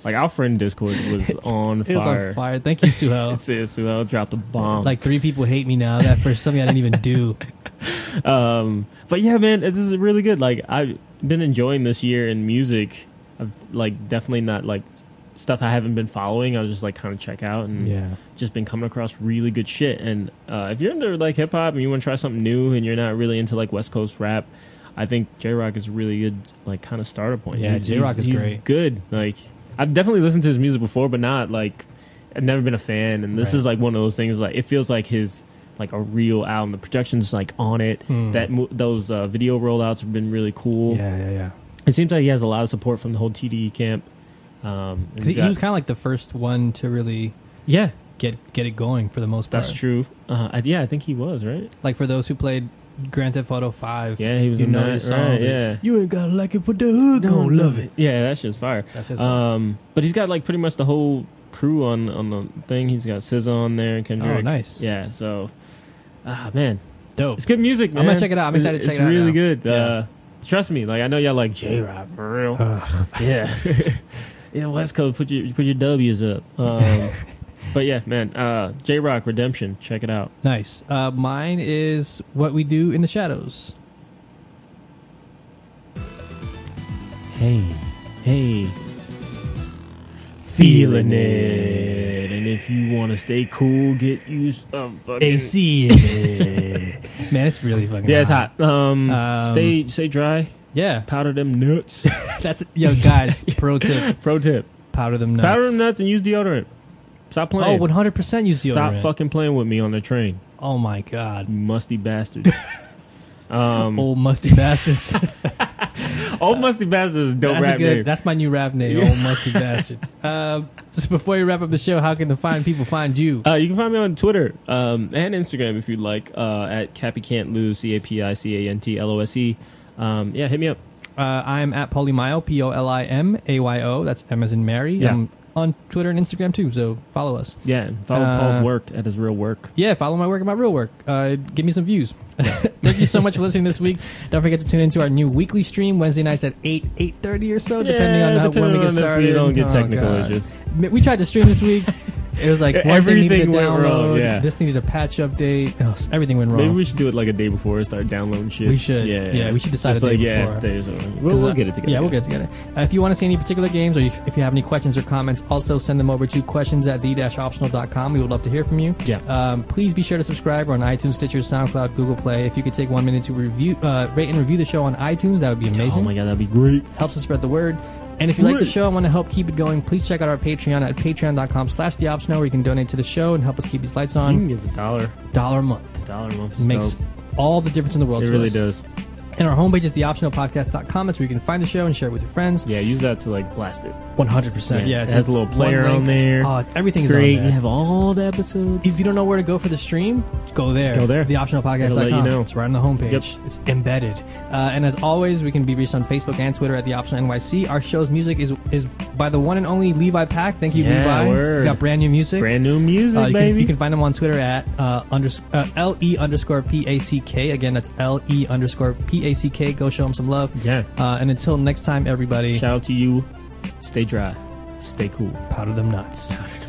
Speaker 2: Like our friend Discord was on
Speaker 1: It was
Speaker 2: fire.
Speaker 1: on fire. Thank you, Suhel.
Speaker 2: [laughs] It's, it's, well, dropped a bomb.
Speaker 1: like three people hate me now that for something I didn't even
Speaker 2: [laughs]
Speaker 1: do.
Speaker 2: um, but yeah, man, this is really good. Like I've been enjoying this year in music. I've like definitely not like stuff I haven't been following. I was just like kind of check out and
Speaker 1: Yeah.
Speaker 2: just been coming across really good shit. And uh, if you're into like hip hop and you want to try something new and you're not really into like West Coast rap, I think J Rock is a really good like kind of starter point.
Speaker 1: Yeah,
Speaker 2: He's-
Speaker 1: J-Rock
Speaker 2: he's-
Speaker 1: is
Speaker 2: he's
Speaker 1: great.
Speaker 2: Good. Like I've definitely listened to his music before, but not like I've never been a fan. And this
Speaker 1: Right.
Speaker 2: is like one of those things. Like it feels like his like a real album. The production's like on it.
Speaker 1: Hmm.
Speaker 2: That mo- those uh, video rollouts have been really cool.
Speaker 1: Yeah, yeah, yeah.
Speaker 2: It seems like he has a lot of support from the whole TDE camp. Um,
Speaker 1: Because he,
Speaker 2: he's
Speaker 1: was
Speaker 2: got-
Speaker 1: kind of like the first one to really
Speaker 2: yeah,
Speaker 1: get get it going for the most part.
Speaker 2: that's true. Uh, I- yeah, I think he was right.
Speaker 1: Like for those who played Grand Theft Auto Five.
Speaker 2: Yeah, he was
Speaker 1: you
Speaker 2: in
Speaker 1: know
Speaker 2: that,
Speaker 1: his song.
Speaker 2: right,
Speaker 1: but
Speaker 2: yeah.
Speaker 1: You ain't gotta like it, but the hood gonna love it.
Speaker 2: Yeah, that shit's fire.
Speaker 1: That's his song.
Speaker 2: Um, but he's got like pretty much the whole crew on on the thing. He's got SZA on there, Kendrick.
Speaker 1: oh, nice.
Speaker 2: Yeah, so ah man,
Speaker 1: Dope.
Speaker 2: it's good music.
Speaker 1: I'm
Speaker 2: Man.
Speaker 1: gonna check it out. I'm excited to check
Speaker 2: it's
Speaker 1: it out
Speaker 2: really
Speaker 1: now.
Speaker 2: good.
Speaker 1: Yeah.
Speaker 2: Uh, trust me, like I know y'all like J
Speaker 1: [laughs]
Speaker 2: Rock for real. yeah, [laughs] yeah. West Coast, put your put your W's up. Um, but yeah, man, uh, J Rock Redemption, check it out.
Speaker 1: Nice. Uh, mine is What We Do in the Shadows.
Speaker 2: Hey, hey. Feeling it. And if you want to stay cool, get used to fucking
Speaker 1: AC. Man, it's really fucking
Speaker 2: [laughs] Yeah, it's hot. Um,
Speaker 1: Um,
Speaker 2: stay stay dry. [laughs]
Speaker 1: Yeah.
Speaker 2: Powder them nuts.
Speaker 1: [laughs] That's yo
Speaker 2: [laughs]
Speaker 1: guys, pro tip.
Speaker 2: Pro tip:
Speaker 1: Powder them nuts.
Speaker 2: powder them nuts and use deodorant. Stop
Speaker 1: Oh,
Speaker 2: playing.
Speaker 1: 100% use deodorant.
Speaker 2: Stop fucking playing with me on the train,
Speaker 1: Oh my god.
Speaker 2: you
Speaker 1: [laughs]
Speaker 2: musty bastard. um,
Speaker 1: Old
Speaker 2: [laughs]
Speaker 1: musty bastards.
Speaker 2: old musty bastard is a dope
Speaker 1: Oh, [laughs] that's, a
Speaker 2: rap
Speaker 1: good-
Speaker 2: name.
Speaker 1: that's my new rap name, old
Speaker 2: [laughs]
Speaker 1: musty bastard. Um, so before we wrap up the show, how can the fine people find you?
Speaker 2: Uh, you can find me on Twitter um, and Instagram if you'd like uh, at Cappy Can't Lose C A P I C A N T L O S E. Um, yeah, hit me up.
Speaker 1: Uh, I'm at Polymyo, P O L I M A Y O. That's M as in Mary.
Speaker 2: Yeah.
Speaker 1: I'm on Twitter and Instagram too, so follow us.
Speaker 2: Yeah, and follow
Speaker 1: Uh,
Speaker 2: Paul's work at his real work.
Speaker 1: Yeah, follow my work and my real work. Uh, give me some views. [laughs] Thank you so much for listening this week. Don't forget to tune into our new weekly stream Wednesday nights at eight eight thirty or so, Oh, depending
Speaker 2: Yeah,
Speaker 1: on how, when
Speaker 2: depending
Speaker 1: we get
Speaker 2: on if
Speaker 1: started.
Speaker 2: We don't get
Speaker 1: Oh,
Speaker 2: technical
Speaker 1: God.
Speaker 2: issues.
Speaker 1: M- We tried to stream this week. It was like one thing needed
Speaker 2: Everything
Speaker 1: to
Speaker 2: went
Speaker 1: download.
Speaker 2: wrong, yeah.
Speaker 1: This needed a patch update. Oh, s- everything went wrong.
Speaker 2: Maybe we should do it like a day before and start downloading shit.
Speaker 1: We should.
Speaker 2: Yeah,
Speaker 1: Yeah, we should decide
Speaker 2: Just
Speaker 1: a day
Speaker 2: like, yeah,
Speaker 1: before.
Speaker 2: days over. We'll, we'll get it together.
Speaker 1: Yeah, we'll get it together. Uh, if you want to see any particular games or if you have any questions or comments, also send them over to questions at the-optional.com. We would love to hear from you.
Speaker 2: Yeah.
Speaker 1: Um, please be sure to subscribe on iTunes, Stitcher, SoundCloud, Google Play. If you could take one minute to review, uh, rate and review the show on iTunes, that would be amazing.
Speaker 2: Oh my god, that'd be great.
Speaker 1: Helps us spread the word. And if you like the
Speaker 2: Great.
Speaker 1: show and want to help keep it going, please check out our Patreon at patreon.com slash the optional where you can donate to the show and help us keep these lights
Speaker 2: You can
Speaker 1: on.
Speaker 2: get the dollar,
Speaker 1: Dollar a month.
Speaker 2: dollar a month. is
Speaker 1: Makes
Speaker 2: Mm. dope.
Speaker 1: all the difference in the world.
Speaker 2: it
Speaker 1: to
Speaker 2: really
Speaker 1: us.
Speaker 2: does.
Speaker 1: And our homepage is theoptionalpodcast.com. It's where you can find the show and share it with your friends.
Speaker 2: Yeah, use that to like blast it.
Speaker 1: One hundred percent.
Speaker 2: Yeah, it has a little player on there.
Speaker 1: Oh, everything
Speaker 2: It's
Speaker 1: is on
Speaker 2: great.
Speaker 1: there.
Speaker 2: You have all the episodes.
Speaker 1: if you don't know where to go for the stream, go there.
Speaker 2: Go there.
Speaker 1: The optional podcast.
Speaker 2: It'll let you know.
Speaker 1: It's right on the homepage.
Speaker 2: Yep.
Speaker 1: It's embedded. Uh, and as always, we can be reached on Facebook and Twitter at the optional NYC. Our show's music is is by the one and only Levi Pack. Thank you,
Speaker 2: Yeah,
Speaker 1: Levi.
Speaker 2: word.
Speaker 1: We Got [laughs] brand new music.
Speaker 2: Brand new music,
Speaker 1: Uh, you,
Speaker 2: baby.
Speaker 1: Can, you can find him on Twitter at uh, unders- uh, le underscore p a c k. Again, that's le underscore p a c k. Go show him some love.
Speaker 2: yeah.
Speaker 1: Uh, and until next time, everybody,
Speaker 2: Shout out to you. Stay dry. Stay cool.
Speaker 1: powder them nuts.